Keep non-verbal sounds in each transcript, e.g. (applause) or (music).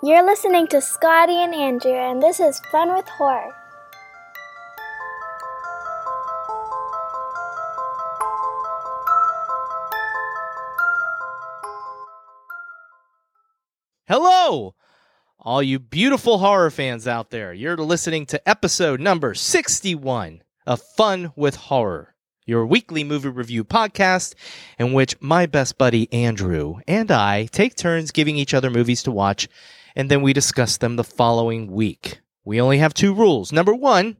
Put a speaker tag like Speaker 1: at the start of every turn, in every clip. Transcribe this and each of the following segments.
Speaker 1: You're listening to Scotty and Andrew, and this is Fun with Horror.
Speaker 2: Hello, all you beautiful horror fans out there. You're listening to episode number 61 of Fun with Horror, your weekly movie review podcast in which my best buddy Andrew and I take turns giving each other movies to watch and then we discuss them the following week. We only have two rules. Number one,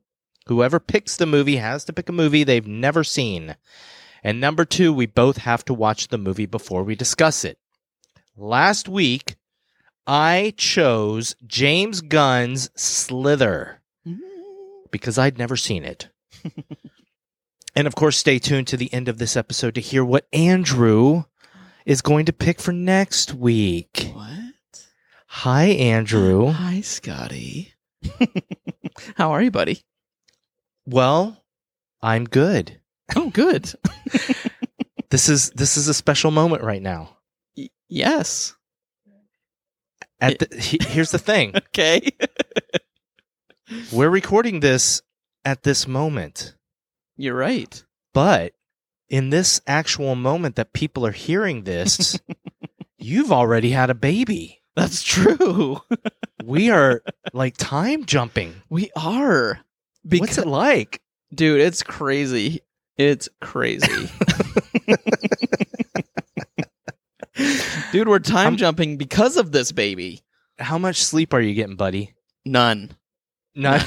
Speaker 2: whoever picks the movie has to pick a movie they've never seen. And number two, we both have to watch the movie before we discuss it. Last week, I chose James Gunn's Slither because I'd never seen it. and of course, stay tuned to the end of this episode to hear what Andrew is going to pick for next week.
Speaker 3: What?
Speaker 2: Hi,
Speaker 3: (gasps)
Speaker 2: Andrew.
Speaker 3: Hi, Scotty. (laughs) How are you, buddy?
Speaker 2: Well, I'm good.
Speaker 3: Oh, good.
Speaker 2: This is this is a special moment right now.
Speaker 3: Y- yes.
Speaker 2: At the, he- here's the thing:
Speaker 3: Okay.
Speaker 2: we're recording this at this moment,
Speaker 3: You're right.
Speaker 2: but in this actual moment that people are hearing this,
Speaker 3: (laughs)
Speaker 2: you've already had a baby.
Speaker 3: That's true. (laughs)
Speaker 2: we are like time jumping.
Speaker 3: We are.
Speaker 2: What's it like?
Speaker 3: dude, it's crazy. It's
Speaker 2: (laughs)
Speaker 3: crazy. dude, we're time
Speaker 2: I'm-
Speaker 3: jumping because of this baby.
Speaker 2: How much sleep are you getting, buddy?
Speaker 3: None.
Speaker 2: (laughs) Not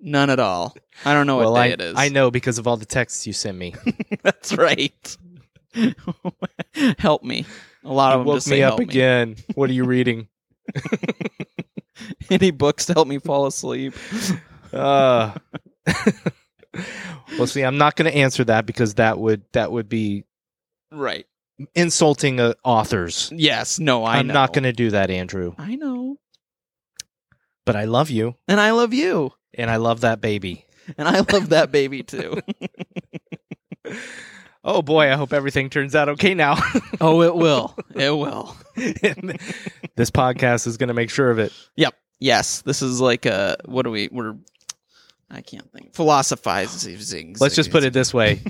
Speaker 3: None at all. I don't know what
Speaker 2: well.
Speaker 3: day
Speaker 2: I,
Speaker 3: it is.
Speaker 2: I know because of all the texts you send
Speaker 3: (laughs)
Speaker 2: me.
Speaker 3: That's right. (laughs) help me. A lot
Speaker 2: You
Speaker 3: of them
Speaker 2: woke
Speaker 3: just
Speaker 2: me
Speaker 3: say,
Speaker 2: up
Speaker 3: "Help
Speaker 2: again. What are you reading?
Speaker 3: (laughs) Any books to help me
Speaker 2: (laughs)
Speaker 3: fall asleep?
Speaker 2: Uh, well, see, I'm not going to answer that because that would that would be
Speaker 3: Right.
Speaker 2: insulting uh, authors.
Speaker 3: Yes. No. I
Speaker 2: I'm
Speaker 3: know.
Speaker 2: not going to do that, Andrew.
Speaker 3: I know.
Speaker 2: But I love you,
Speaker 3: And I love you.
Speaker 2: and I love that baby.
Speaker 3: And I love that baby too.
Speaker 2: Oh boy, I hope everything turns out okay now.
Speaker 3: (laughs)
Speaker 2: (laughs)
Speaker 3: oh, it will. It will.
Speaker 2: this podcast is going to make sure of it.
Speaker 3: Yes. This is like a what do we? We're. I can't think. Philosophizing.
Speaker 2: Let's just put it this way.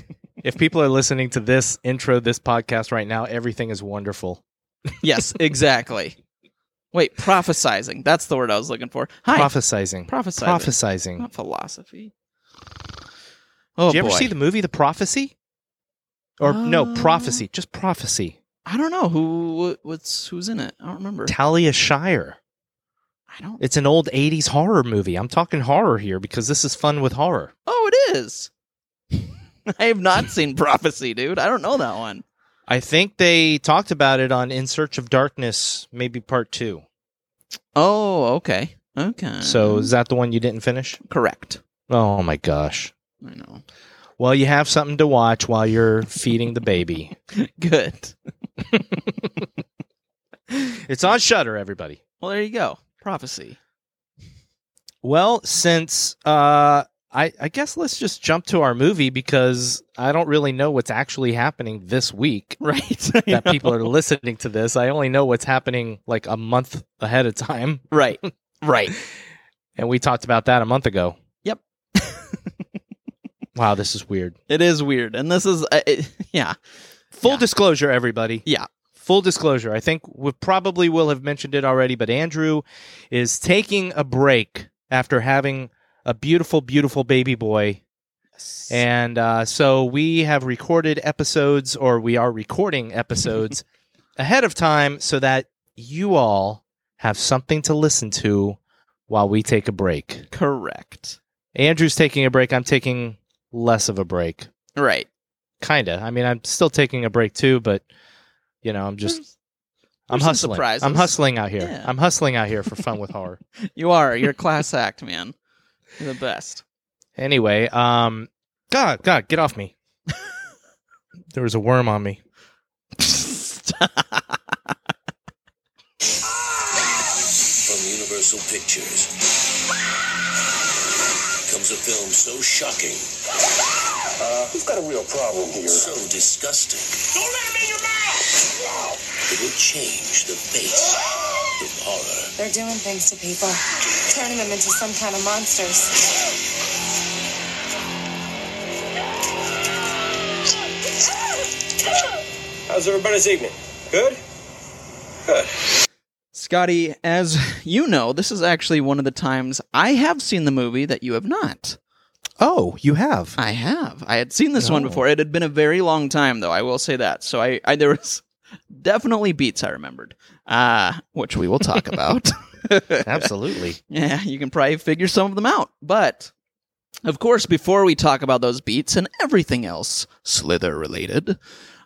Speaker 2: If people are listening to this intro, this podcast right now, everything is wonderful.
Speaker 3: (laughs) Yes. Exactly. Wait. Prophesizing. That's the word I was looking for. Hi.
Speaker 2: Prophesizing.
Speaker 3: prophesizing.
Speaker 2: Prophesizing.
Speaker 3: Not philosophy. Oh
Speaker 2: Did you
Speaker 3: boy.
Speaker 2: ever see the movie The Prophecy? Or no,
Speaker 3: Uh,
Speaker 2: Prophecy. Just Prophecy.
Speaker 3: I don't know who what's who's in it. I don't remember.
Speaker 2: Talia Shire.
Speaker 3: I don't.
Speaker 2: It's an old 80s horror movie. I'm talking horror here because this is fun with horror.
Speaker 3: Oh, it is. (laughs) I have not seen Prophecy, dude. I don't know that one.
Speaker 2: I think they talked about it on In Search of Darkness, maybe part two.
Speaker 3: Oh, okay. Okay.
Speaker 2: So is that the one you didn't finish?
Speaker 3: correct.
Speaker 2: Oh my gosh.
Speaker 3: I know.
Speaker 2: Well, you have something to watch while you're feeding the baby.
Speaker 3: Good.
Speaker 2: It's on Shutter, everybody.
Speaker 3: Well, there you go. Prophecy. (laughs)
Speaker 2: Well, since uh, I, I guess let's just jump to our movie because I don't really know what's actually happening this week
Speaker 3: Right.
Speaker 2: that people are listening to this. I only know what's happening like a month ahead of time,
Speaker 3: (laughs) Right. Right.
Speaker 2: and we talked about that a month ago.
Speaker 3: Yep.
Speaker 2: (laughs) wow, this is weird.
Speaker 3: It is weird, and this is uh, it, (laughs) yeah.
Speaker 2: Full
Speaker 3: Yeah.
Speaker 2: disclosure, everybody.
Speaker 3: Yeah.
Speaker 2: Full disclosure. I think we probably will have mentioned it already, but Andrew is taking a break after having a beautiful, beautiful baby boy. And uh, so we have recorded episodes, or we are recording
Speaker 3: (laughs)
Speaker 2: episodes ahead of time so that you all have something to listen to while we take a break.
Speaker 3: correct.
Speaker 2: Andrew's taking a break. I'm taking less of a break.
Speaker 3: Right.
Speaker 2: Kinda. I mean, I'm still taking a break too, but, you know, I'm just. I'm
Speaker 3: There's some
Speaker 2: hustling.
Speaker 3: surprises.
Speaker 2: I'm hustling out here.
Speaker 3: Yeah.
Speaker 2: I'm hustling out here for fun with horror.
Speaker 3: you are. You're a class (laughs) act, man. You're the best.
Speaker 2: Anyway, um, God, God, get off me. (laughs) there was a worm on me.
Speaker 3: Stop.
Speaker 4: From Universal Pictures comes a film so shocking. Uh, we've got a real problem here. So disgusting. Don't let him in your mouth! It will change the face of horror.
Speaker 5: They're doing things to people, turning them into some kind of monsters.
Speaker 4: How's everybody's evening? Good? Good.
Speaker 3: (laughs) Scotty, as you know, this is actually one of the times I have seen the movie that you have not.
Speaker 2: Oh, you have.
Speaker 3: I have. I had seen this one before. It had been a very long time, though. I will say that. So I, I there was definitely beats I remembered, uh, which we will talk about.
Speaker 2: (laughs)
Speaker 3: (laughs)
Speaker 2: Absolutely.
Speaker 3: Yeah, you can probably figure some of them out. But of course, before we talk about those beats and everything else Slither related,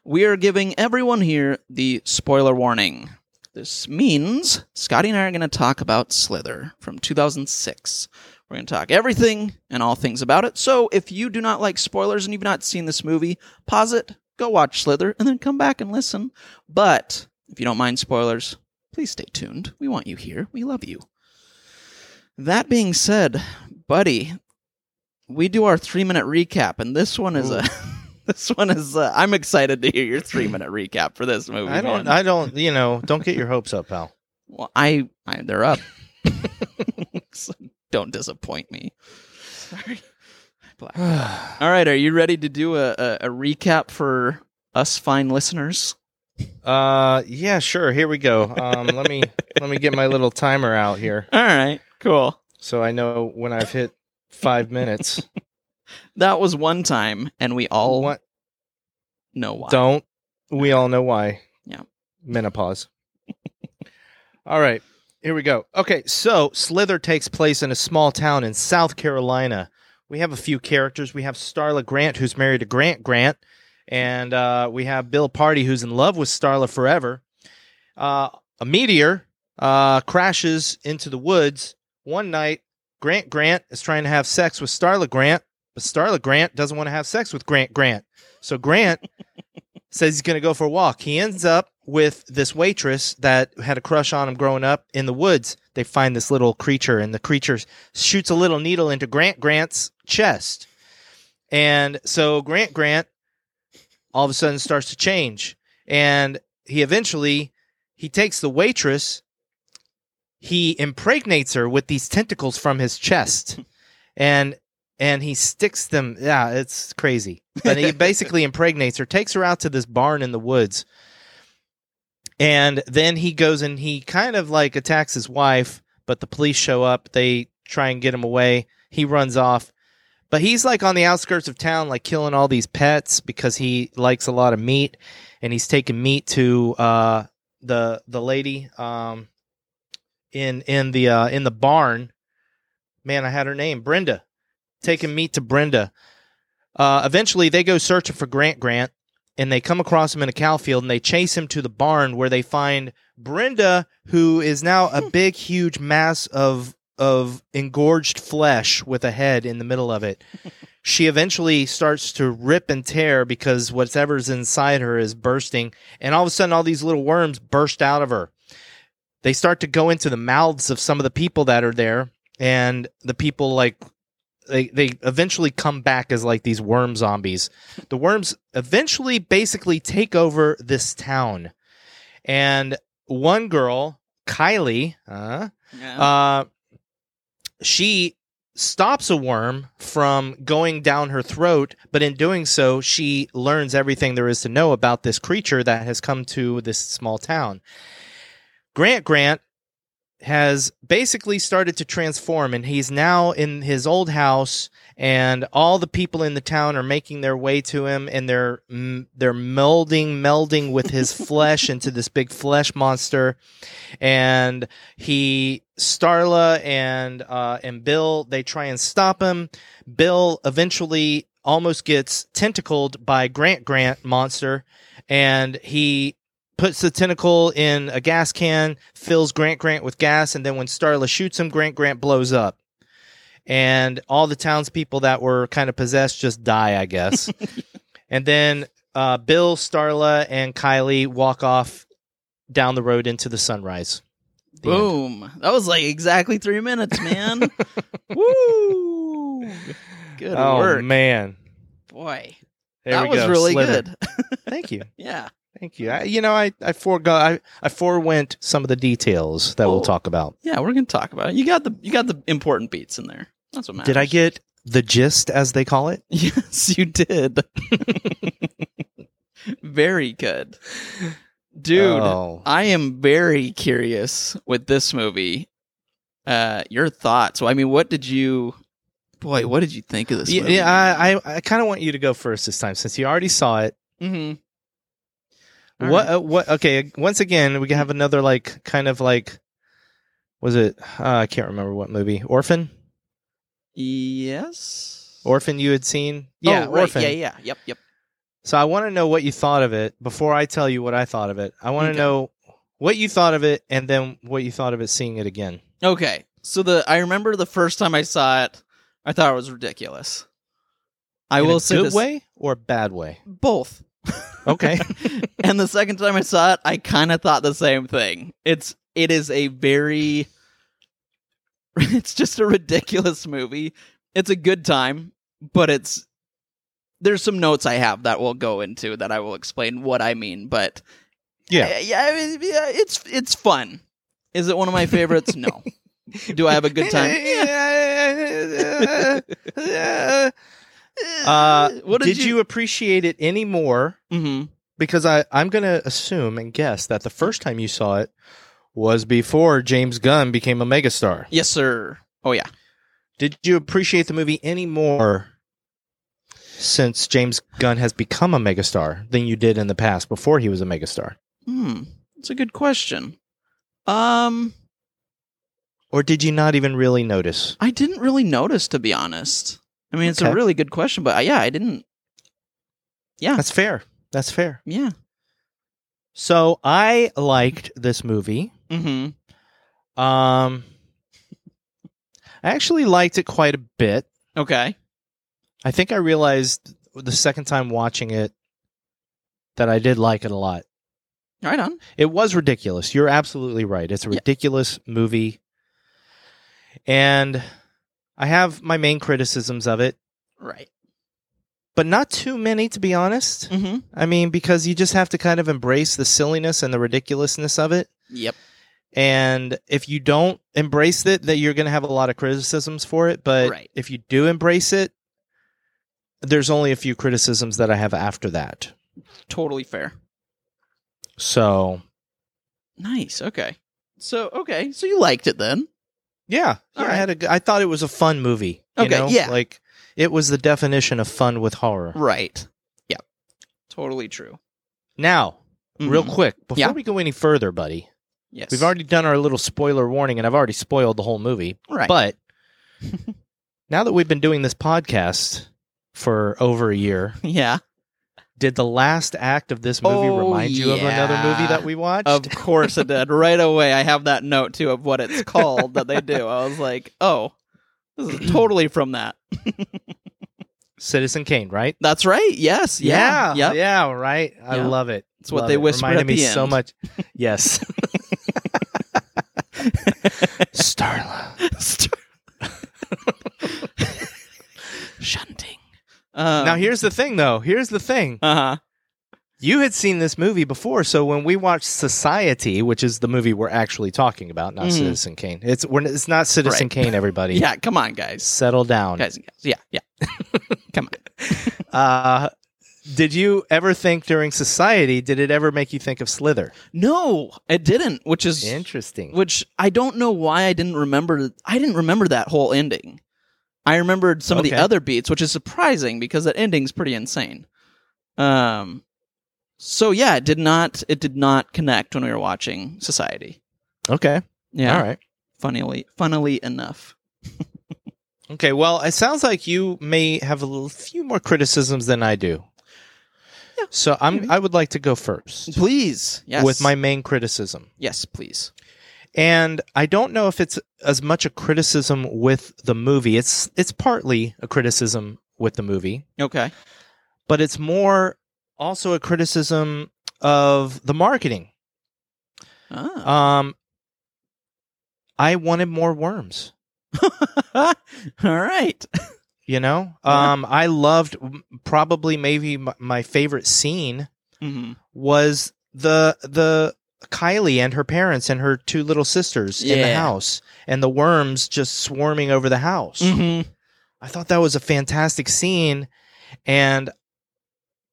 Speaker 3: we are giving everyone here the spoiler warning. This means Scotty and I are going to talk about Slither from 2006. We're going to talk everything and all things about it. So if you do not like spoilers and you've not seen this movie, pause it, go watch Slither, and then come back and listen. But if you don't mind spoilers, please stay tuned. We want you here. We love you. That being said, buddy, we do our three minute recap, and this one is a. (laughs) This one is. Uh, I'm excited to hear your three minute recap for this movie.
Speaker 2: (laughs) I don't.
Speaker 3: man.
Speaker 2: I don't. You know, don't get your hopes up, (sighs) pal.
Speaker 3: Well, I, I they're up. (laughs) So don't disappoint me. Sorry. Black. All right, are you ready to do a, a, a recap for us fine listeners?
Speaker 2: uh, yeah, sure. Here we go. Um, let me let me get my little timer out here
Speaker 3: All right, cool.
Speaker 2: so I know when I've hit five (laughs) minutes.
Speaker 3: That was one time, and we all
Speaker 2: what?
Speaker 3: know why.
Speaker 2: Don't we all know why?
Speaker 3: Yeah.
Speaker 2: Menopause. (laughs) all right. Here we go. Okay, so Slither takes place in a small town in South Carolina. We have a few characters. We have Starla Grant, who's married to Grant Grant, and uh, we have Bill Party, who's in love with Starla forever. Uh, a meteor uh, crashes into the woods one night. Grant Grant is trying to have sex with Starla Grant, but Starla Grant doesn't want to have sex with Grant Grant. So Grant says he's going to go for a walk. He ends up with this waitress that had a crush on him growing up in the woods. They find this little creature, and the creature shoots a little needle into Grant Grant's chest. And so Grant Grant all of a sudden starts to change. And he eventually he takes the waitress, he impregnates her with these tentacles from his chest. And and he sticks them. Yeah, it's crazy. But he basically impregnates her, takes her out to this barn in the woods. And then he goes and he kind of like attacks his wife, but the police show up. They try and get him away. He runs off. But he's like on the outskirts of town, like killing all these pets because he likes a lot of meat. And he's taking meat to uh, the the lady um, in in the uh, in the barn. Man, I had her name, Brenda taking meat to Brenda. Uh, eventually, they go searching for Grant Grant, and they come across him in a cow field, and they chase him to the barn where they find Brenda, who is now a big, huge mass of of engorged flesh with a head in the middle of it. She eventually starts to rip and tear because whatever's inside her is bursting, and all of a sudden, all these little worms burst out of her. They start to go into the mouths of some of the people that are there, and the people like they they eventually come back as like these worm zombies. The worms eventually basically take over this town, and one girl, Kylie, uh,
Speaker 3: Yeah.
Speaker 2: uh, she stops a worm from going down her throat, but in doing so, she learns everything there is to know about this creature that has come to this small town. Grant Grant has basically started to transform, and he's now in his old house. And all the people in the town are making their way to him, and they're mm, they're melding, melding with his flesh into this big flesh monster. And he Starla and uh, and Bill they try and stop him. Bill eventually almost gets tentacled by Grant Grant monster, and he puts the tentacle in a gas can, fills Grant Grant with gas, and then when Starla shoots him, Grant Grant blows up. And all the townspeople that were kind of possessed just die, I guess. and then uh, Bill, Starla, and Kylie walk off down the road into the sunrise. The end.
Speaker 3: Boom. That was like exactly three minutes,
Speaker 2: (laughs)
Speaker 3: man. Woo. Good
Speaker 2: oh
Speaker 3: work.
Speaker 2: man,
Speaker 3: Boy.
Speaker 2: There
Speaker 3: that
Speaker 2: we
Speaker 3: was
Speaker 2: go,
Speaker 3: really
Speaker 2: Slither.
Speaker 3: good. (laughs)
Speaker 2: Thank you.
Speaker 3: yeah.
Speaker 2: Thank you. I, you know, I I forego I, I forewent some of the details that
Speaker 3: Oh.
Speaker 2: we'll talk about.
Speaker 3: Yeah, we're gonna talk about it. You got the you got the important beats in there. That's what matters.
Speaker 2: Did I get the gist, as they call it?
Speaker 3: (laughs) Yes, you did. (laughs) very good, dude.
Speaker 2: Oh.
Speaker 3: I am very curious with this movie. Uh, your thoughts. Well, I mean, what did you? Boy, what did you think of this?
Speaker 2: Yeah,
Speaker 3: movie?
Speaker 2: yeah, I I, I kind of want you to go first this time since you already saw it.
Speaker 3: Mhm. Mm-hmm. All
Speaker 2: What?
Speaker 3: right.
Speaker 2: Uh, what? Okay. Once again, we can have another like kind of like was it? Uh, I can't remember what movie. Orphan.
Speaker 3: Yes.
Speaker 2: Orphan. You had seen.
Speaker 3: Oh,
Speaker 2: Yeah.
Speaker 3: right.
Speaker 2: Orphan.
Speaker 3: Yeah, yeah, yep, yep.
Speaker 2: So I want to know what you thought of it before I tell you what I thought of it. I want to
Speaker 3: Okay.
Speaker 2: know what you thought of it and then what you thought of it seeing it again.
Speaker 3: Okay. So the I remember the first time I saw it, I thought it was ridiculous. I
Speaker 2: In
Speaker 3: will
Speaker 2: a
Speaker 3: say
Speaker 2: good
Speaker 3: this,
Speaker 2: way or bad way.
Speaker 3: both.
Speaker 2: (laughs) Okay.
Speaker 3: (laughs) and the second time I saw it, I kind of thought the same thing. It's it is a very (laughs) it's just a ridiculous movie. It's a good time, but it's there's some notes I have that we'll go into that I will explain what I mean, but
Speaker 2: yeah.
Speaker 3: yeah, I mean, yeah, it's it's fun. Is it one of my favorites? no. Do I have a good
Speaker 2: (laughs)
Speaker 3: time? (laughs)
Speaker 2: uh,
Speaker 3: what
Speaker 2: did you appreciate it any more?
Speaker 3: Mhm.
Speaker 2: Because I, I'm going to assume and guess that the first time you saw it was before James Gunn became a megastar.
Speaker 3: Yes, sir. Oh yeah.
Speaker 2: Did you appreciate the movie any more since James Gunn has become a megastar than you did in the past before he was a megastar?
Speaker 3: Hmm. That's a good question. Um,
Speaker 2: Or did you not even really notice?
Speaker 3: I didn't really notice to be honest. I mean, it's a
Speaker 2: Okay.
Speaker 3: really good question, but uh, yeah, I didn't. Yeah.
Speaker 2: That's fair. That's fair.
Speaker 3: Yeah.
Speaker 2: So I liked this movie.
Speaker 3: Mm-hmm.
Speaker 2: Um, I actually liked it quite a bit.
Speaker 3: Okay.
Speaker 2: I think I realized the second time watching it that I did like it a lot.
Speaker 3: Right on.
Speaker 2: It was ridiculous. You're absolutely right. It's a
Speaker 3: Yeah.
Speaker 2: ridiculous movie. And I have my main criticisms of it,
Speaker 3: Right.
Speaker 2: but not too many, to be honest.
Speaker 3: Mm-hmm.
Speaker 2: I mean, because you just have to kind of embrace the silliness and the ridiculousness of it.
Speaker 3: Yep.
Speaker 2: And if you don't embrace it, that you're going to have a lot of criticisms for it. But
Speaker 3: Right.
Speaker 2: if you do embrace it, there's only a few criticisms that I have after that.
Speaker 3: Totally fair.
Speaker 2: So,
Speaker 3: Nice. Okay. So okay. So you liked it then?
Speaker 2: Yeah, yeah
Speaker 3: All
Speaker 2: I
Speaker 3: right.
Speaker 2: had a. g- I thought it was a fun movie. you
Speaker 3: Okay,
Speaker 2: know?
Speaker 3: yeah.
Speaker 2: like it was the definition of fun with horror.
Speaker 3: Right. Yep. Totally true.
Speaker 2: Now, real
Speaker 3: Mhm.
Speaker 2: quick, before
Speaker 3: Yeah.
Speaker 2: we go any further, buddy,
Speaker 3: Yes.
Speaker 2: we've already done our little spoiler warning, and I've already spoiled the whole movie.
Speaker 3: right.
Speaker 2: But
Speaker 3: (laughs)
Speaker 2: now that we've been doing this podcast for over a year,
Speaker 3: yeah.
Speaker 2: did the last act of this movie
Speaker 3: Oh,
Speaker 2: remind you of another movie
Speaker 3: yeah.
Speaker 2: that we watched?
Speaker 3: (laughs) Of course it did. Right away, I have that note too of what it's called that they (laughs) do. I was like, oh, this is totally from that.
Speaker 2: Citizen Kane, right?
Speaker 3: That's right. Yes. Yeah.
Speaker 2: yeah,
Speaker 3: Yep.
Speaker 2: yeah, right. I
Speaker 3: Yeah.
Speaker 2: love it.
Speaker 3: It's what
Speaker 2: Love
Speaker 3: they
Speaker 2: it.
Speaker 3: whisper
Speaker 2: Reminded
Speaker 3: at
Speaker 2: me
Speaker 3: the
Speaker 2: so
Speaker 3: end. (laughs)
Speaker 2: much. Yes, Starla.
Speaker 3: Shunting. Um,
Speaker 2: now here's the thing, though. Here's the thing.
Speaker 3: Uh huh.
Speaker 2: You had seen this movie before, so when we watched Society, which is the movie we're actually talking about, not
Speaker 3: Mhm.
Speaker 2: Citizen Kane. It's we're, it's not Citizen
Speaker 3: Right.
Speaker 2: Kane. Everybody,
Speaker 3: (laughs) Yeah. Come on, guys.
Speaker 2: settle down.
Speaker 3: Guys and gals. Yeah.
Speaker 2: (laughs)
Speaker 3: Yeah. come on.
Speaker 2: Uh, did you ever think during Society? Did it ever make you think of Slither?
Speaker 3: No, it didn't. Which is
Speaker 2: Interesting.
Speaker 3: which I don't know why I didn't remember. I didn't remember that whole ending. I remembered some of
Speaker 2: Okay.
Speaker 3: the other beats, which is surprising because that ending's pretty insane. Um, so yeah, it did not. It did not connect when we were watching Society.
Speaker 2: Okay.
Speaker 3: Yeah,
Speaker 2: All right.
Speaker 3: funnily, funnily enough.
Speaker 2: Okay. Well, it sounds like you may have a little, few more criticisms than I do.
Speaker 3: Yeah,
Speaker 2: So I'm.
Speaker 3: maybe.
Speaker 2: I would like to go first
Speaker 3: Please, yes,
Speaker 2: with my main criticism.
Speaker 3: yes, please.
Speaker 2: and I don't know if it's as much a criticism with the movie. It's it's partly a criticism with the movie,
Speaker 3: Okay,
Speaker 2: but it's more also a criticism of the marketing.
Speaker 3: ah.
Speaker 2: Um, I wanted more worms.
Speaker 3: (laughs) all right.
Speaker 2: You know, um, I loved probably maybe my, my favorite scene
Speaker 3: Mhm.
Speaker 2: was the the Kylie and her parents and her two little sisters in the
Speaker 3: Yeah.
Speaker 2: house and the worms just swarming over the house.
Speaker 3: Mhm.
Speaker 2: I thought that was a fantastic scene and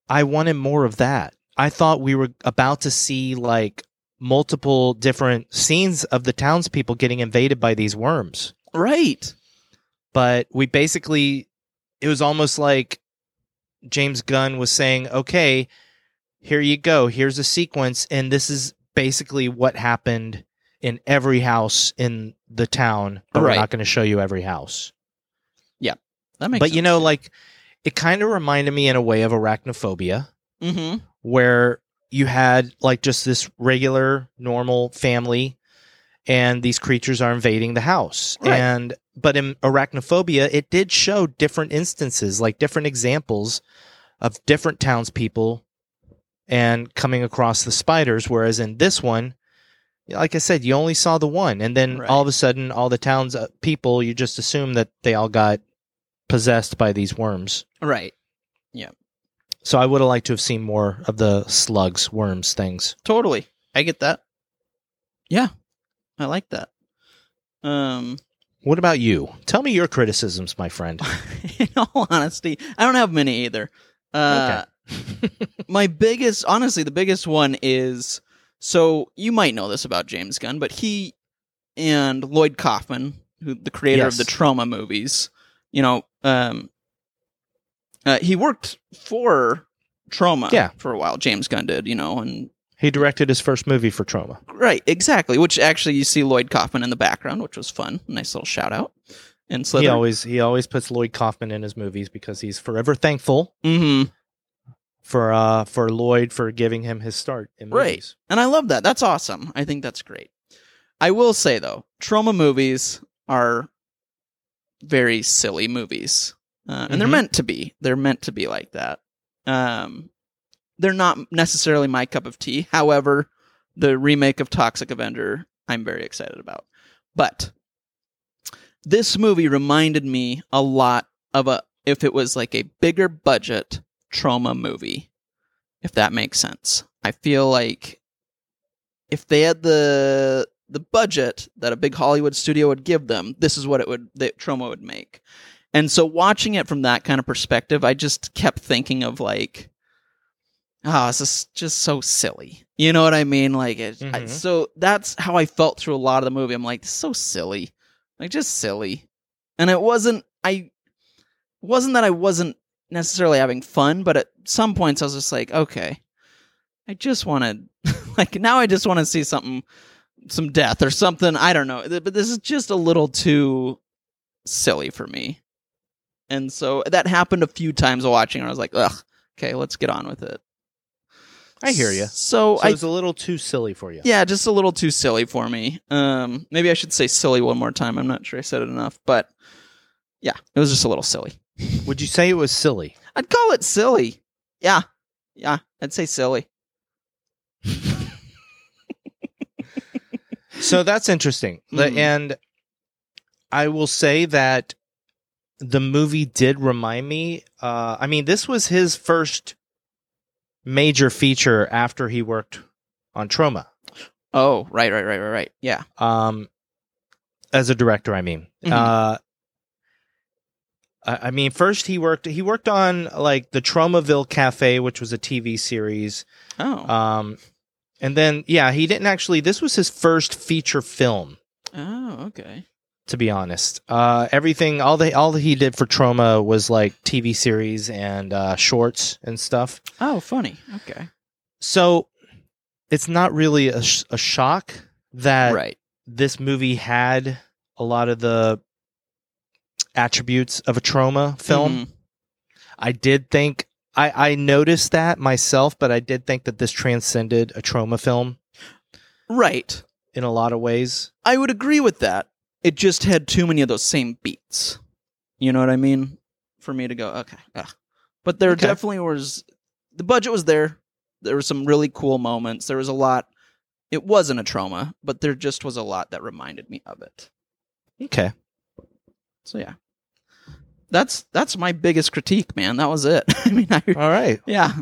Speaker 2: I wanted more of that. I thought we were about to see like multiple different scenes of the townspeople getting invaded by these worms.
Speaker 3: Right.
Speaker 2: But we basically it was almost like James Gunn was saying, "Okay, here you go. Here's a sequence and this is basically what happened in every house in the town, but
Speaker 3: Right.
Speaker 2: we're not going to show you every house."
Speaker 3: That makes
Speaker 2: but
Speaker 3: sense.
Speaker 2: you know, like it kind of reminded me in a way of arachnophobia,
Speaker 3: hmm
Speaker 2: where you had like just this regular, normal family, and these creatures are invading the house.
Speaker 3: Right.
Speaker 2: And but in arachnophobia, it did show different instances, like different examples of different townspeople and coming across the spiders. Whereas in this one, like I said, you only saw the one, and then
Speaker 3: Right.
Speaker 2: all of a sudden, all the town's uh, people, you just assume that they all got possessed by these worms.
Speaker 3: Right.
Speaker 2: So I would have liked to have seen more of the slugs, worms, things.
Speaker 3: Totally. I get that. Yeah. I like that. Um (laughs)
Speaker 2: What about you? Tell me your criticisms, my friend.
Speaker 3: in all honesty, I don't have many either. Uh,
Speaker 2: (laughs)
Speaker 3: my biggest, honestly, the biggest one is so you might know this about James Gunn, but he and Lloyd Kaufman, who the creator
Speaker 2: Yes.
Speaker 3: of the Trauma movies, you know, um, uh, he worked for Trauma
Speaker 2: Yeah.
Speaker 3: for a while. James Gunn did, you know, and
Speaker 2: He directed his first movie for Trauma.
Speaker 3: Right, exactly. Which actually, you see Lloyd Kaufman in the background, which was fun. Nice little shout out. And Slither.
Speaker 2: He always he always puts Lloyd Kaufman in his movies because he's forever thankful
Speaker 3: Mhm.
Speaker 2: for uh for Lloyd for giving him his start in
Speaker 3: Right.
Speaker 2: movies.
Speaker 3: And I love that. That's awesome. I think that's great. I will say though, trauma movies are very silly movies, uh, and they're
Speaker 2: Mhm.
Speaker 3: meant to be. They're meant to be like that. Um, they're not necessarily my cup of tea. However, the remake of Toxic Avenger, I'm very excited about. But this movie reminded me a lot of a if it was like a bigger budget trauma movie, if that makes sense. I feel like if they had the the budget that a big Hollywood studio would give them, this is what it would that trauma would make. And so watching it from that kind of perspective, I just kept thinking of like oh, this is just so silly. You know what I mean? Like it, I,
Speaker 2: Mhm.
Speaker 3: so that's how I felt through a lot of the movie. I'm like, this is so silly. Like just silly. And it wasn't I wasn't that I wasn't necessarily having fun, but at some points I was just like, okay, I just want to, (laughs) like, now I just want to see something, some death or something. I don't know. Th- But this is just a little too silly for me. And so that happened a few times while watching, and I was like, ugh, okay, let's get on with it.
Speaker 2: I hear you.
Speaker 3: So,
Speaker 2: So
Speaker 3: I,
Speaker 2: it's a little too silly for you.
Speaker 3: yeah, just a little too silly for me. Um, maybe I should say silly one more time. I'm not sure I said it enough, but yeah, it was just a little silly.
Speaker 2: Would you say it was silly?
Speaker 3: I'd call it silly. Yeah. Yeah. I'd
Speaker 2: (laughs)
Speaker 3: say silly.
Speaker 2: so that's interesting. The-
Speaker 3: Mhm.
Speaker 2: And I will say that the movie did remind me. Uh, I mean, this was his first major feature after he worked on Trauma
Speaker 3: Oh, right, right, right, right, right. Yeah.
Speaker 2: um, as a director. I mean,
Speaker 3: Mhm.
Speaker 2: uh, I I mean, first he worked he worked on like the Traumaville Cafe, which was a TV series.
Speaker 3: Oh.
Speaker 2: Um, and then yeah, he didn't actually. This was his first feature film.
Speaker 3: oh, okay.
Speaker 2: to be honest. Uh, everything, all they, all that he did for Trauma was like TV series and uh, shorts and stuff.
Speaker 3: Oh, funny. Okay.
Speaker 2: So it's not really a, sh- a shock that
Speaker 3: right.
Speaker 2: this movie had a lot of the attributes of a Trauma film.
Speaker 3: Mhm.
Speaker 2: I did think I, I noticed that myself, but I did think that this transcended a Trauma film
Speaker 3: Mm-hmm. Right.
Speaker 2: in a lot of ways.
Speaker 3: I would agree with that. It just had too many of those same beats. You know what I mean? For me to go, okay. ugh. But there
Speaker 2: Okay.
Speaker 3: definitely was the budget was there. There were some really cool moments. There was a lot. It wasn't a trauma, but there just was a lot that reminded me of it.
Speaker 2: Okay.
Speaker 3: So yeah. That's that's my biggest critique, man. That was it. (laughs) I mean, I
Speaker 2: All right.
Speaker 3: yeah.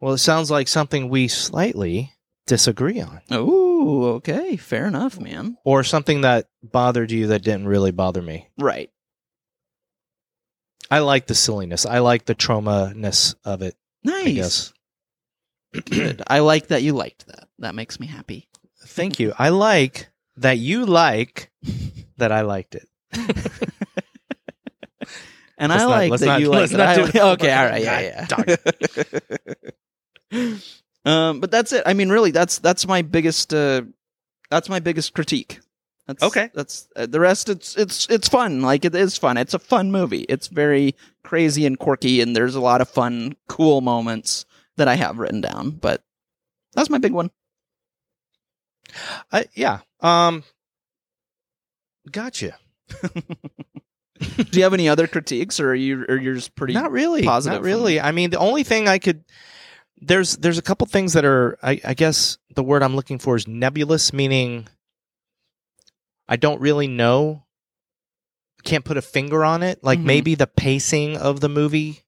Speaker 2: Well, it sounds like something we slightly disagree on,
Speaker 3: Oh, okay. Fair enough, man.
Speaker 2: or something that bothered you that didn't really bother me.
Speaker 3: Right.
Speaker 2: I like the silliness. I like the trauma ness of it. I
Speaker 3: Nice.
Speaker 2: guess.
Speaker 3: Good. I like that you liked that. That makes me happy.
Speaker 2: Thank you. I like that you like that I liked it.
Speaker 3: And
Speaker 2: Let's
Speaker 3: I
Speaker 2: not-
Speaker 3: like
Speaker 2: let's
Speaker 3: that
Speaker 2: not-
Speaker 3: you like
Speaker 2: let's
Speaker 3: that.
Speaker 2: not
Speaker 3: I
Speaker 2: do
Speaker 3: like-
Speaker 2: it.
Speaker 3: okay, all right, yeah, yeah. (laughs) um, but that's it. I mean, really, that's that's my biggest uh, that's my biggest critique. That's,
Speaker 2: Okay.
Speaker 3: That's uh, the rest. It's it's it's fun. Like it is fun. It's a fun movie. It's very crazy and quirky, and there's a lot of fun, cool moments that I have written down. But that's my big
Speaker 2: (laughs)
Speaker 3: one.
Speaker 2: I, yeah. Um. Gotcha.
Speaker 3: Do you have any other critiques, or are you or you're just pretty?
Speaker 2: not really
Speaker 3: positive
Speaker 2: not
Speaker 3: from
Speaker 2: really i mean the only thing i could there's there's a couple things that are I, I guess the word i'm looking for is nebulous meaning i don't really know can't put a finger on it like
Speaker 3: Mhm.
Speaker 2: maybe the pacing of the movie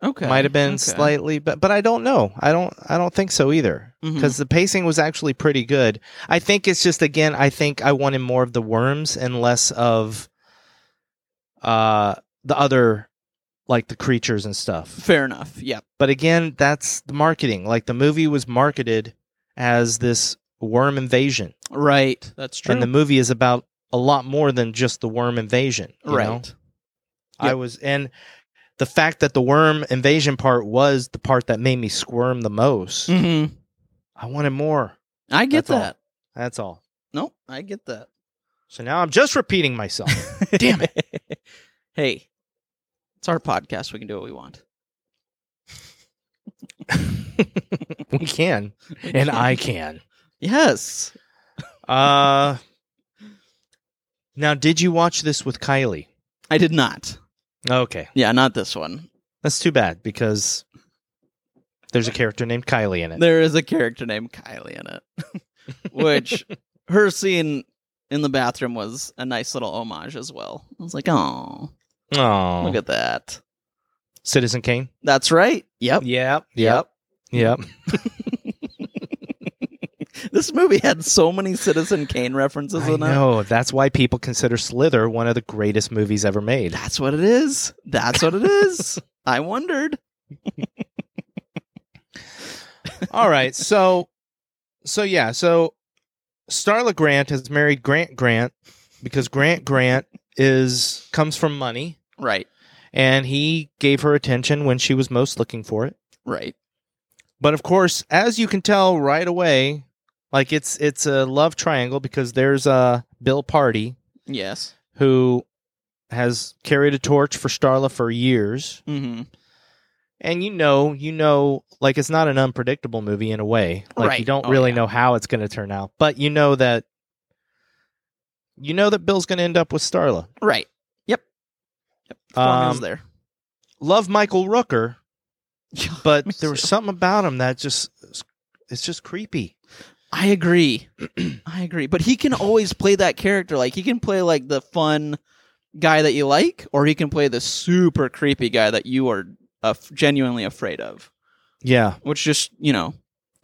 Speaker 3: okay.
Speaker 2: might have been
Speaker 3: okay.
Speaker 2: slightly but but i don't know i don't i don't think so either
Speaker 3: Mhm.
Speaker 2: because the pacing was actually pretty good i think it's just again i think i wanted more of the worms and less of uh the other like the creatures and stuff
Speaker 3: Fair enough. Yeah.
Speaker 2: but again that's the marketing like the movie was marketed as this worm invasion
Speaker 3: Right. That's
Speaker 2: and the movie is about a lot more than just the worm invasion you
Speaker 3: right.
Speaker 2: know? I
Speaker 3: Yep.
Speaker 2: was and the fact that the worm invasion part was the part that made me squirm the most.
Speaker 3: hmm
Speaker 2: I wanted more.
Speaker 3: I get
Speaker 2: That's all.
Speaker 3: that.
Speaker 2: That's all.
Speaker 3: No, I get that.
Speaker 2: So now I'm just repeating (laughs) myself.
Speaker 3: Damn it. hey, it's our podcast. We can do what we want.
Speaker 2: we can (laughs) and I can.
Speaker 3: (laughs) Yes.
Speaker 2: Uh Now did you watch this with Kylie?
Speaker 3: I did not.
Speaker 2: Okay.
Speaker 3: Yeah, not this one.
Speaker 2: That's too bad because there's a character named Kylie in it.
Speaker 3: There is a character named Kylie in it, (laughs) which her scene in the bathroom was a nice little homage as well. I was like, oh,
Speaker 2: Oh.
Speaker 3: look at that.
Speaker 2: Citizen Kane?
Speaker 3: That's right.
Speaker 2: (laughs)
Speaker 3: Yep. (laughs)
Speaker 2: Yep. Yep. Yep.
Speaker 3: This movie had so many Citizen Kane references
Speaker 2: I
Speaker 3: in it.
Speaker 2: know. That's why people consider Slither one of the greatest movies ever made.
Speaker 3: That's what it is. That's what it (laughs) is. I wondered.
Speaker 2: (laughs) All right. So, so yeah. So, Starla Grant has married Grant Grant because Grant Grant is comes from money,
Speaker 3: Right.
Speaker 2: and he gave her attention when she was most looking for it.
Speaker 3: Right.
Speaker 2: But of course, as you can tell right away, like it's it's a love triangle because there's uh, Bill Party
Speaker 3: Yes.
Speaker 2: who has carried a torch for Starla for years,
Speaker 3: Mm-hmm.
Speaker 2: and you know, you know, like it's not an unpredictable movie in a way. Like you
Speaker 3: Right.
Speaker 2: don't
Speaker 3: Oh,
Speaker 2: really
Speaker 3: yeah.
Speaker 2: know how it's going to turn out, but you know that you know that Bill's going to end up with Starla.
Speaker 3: Right. Yep. Yep. Formula's
Speaker 2: Um,
Speaker 3: there.
Speaker 2: Love Michael Rooker, but
Speaker 3: (laughs) Me
Speaker 2: there was
Speaker 3: too.
Speaker 2: something about him that just it's just creepy.
Speaker 3: I agree. (clears throat) I agree. But he can always play that character. Like he can play like the fun guy that you like, or he can play the super creepy guy that you are uh, genuinely afraid of.
Speaker 2: Yeah.
Speaker 3: Which just you know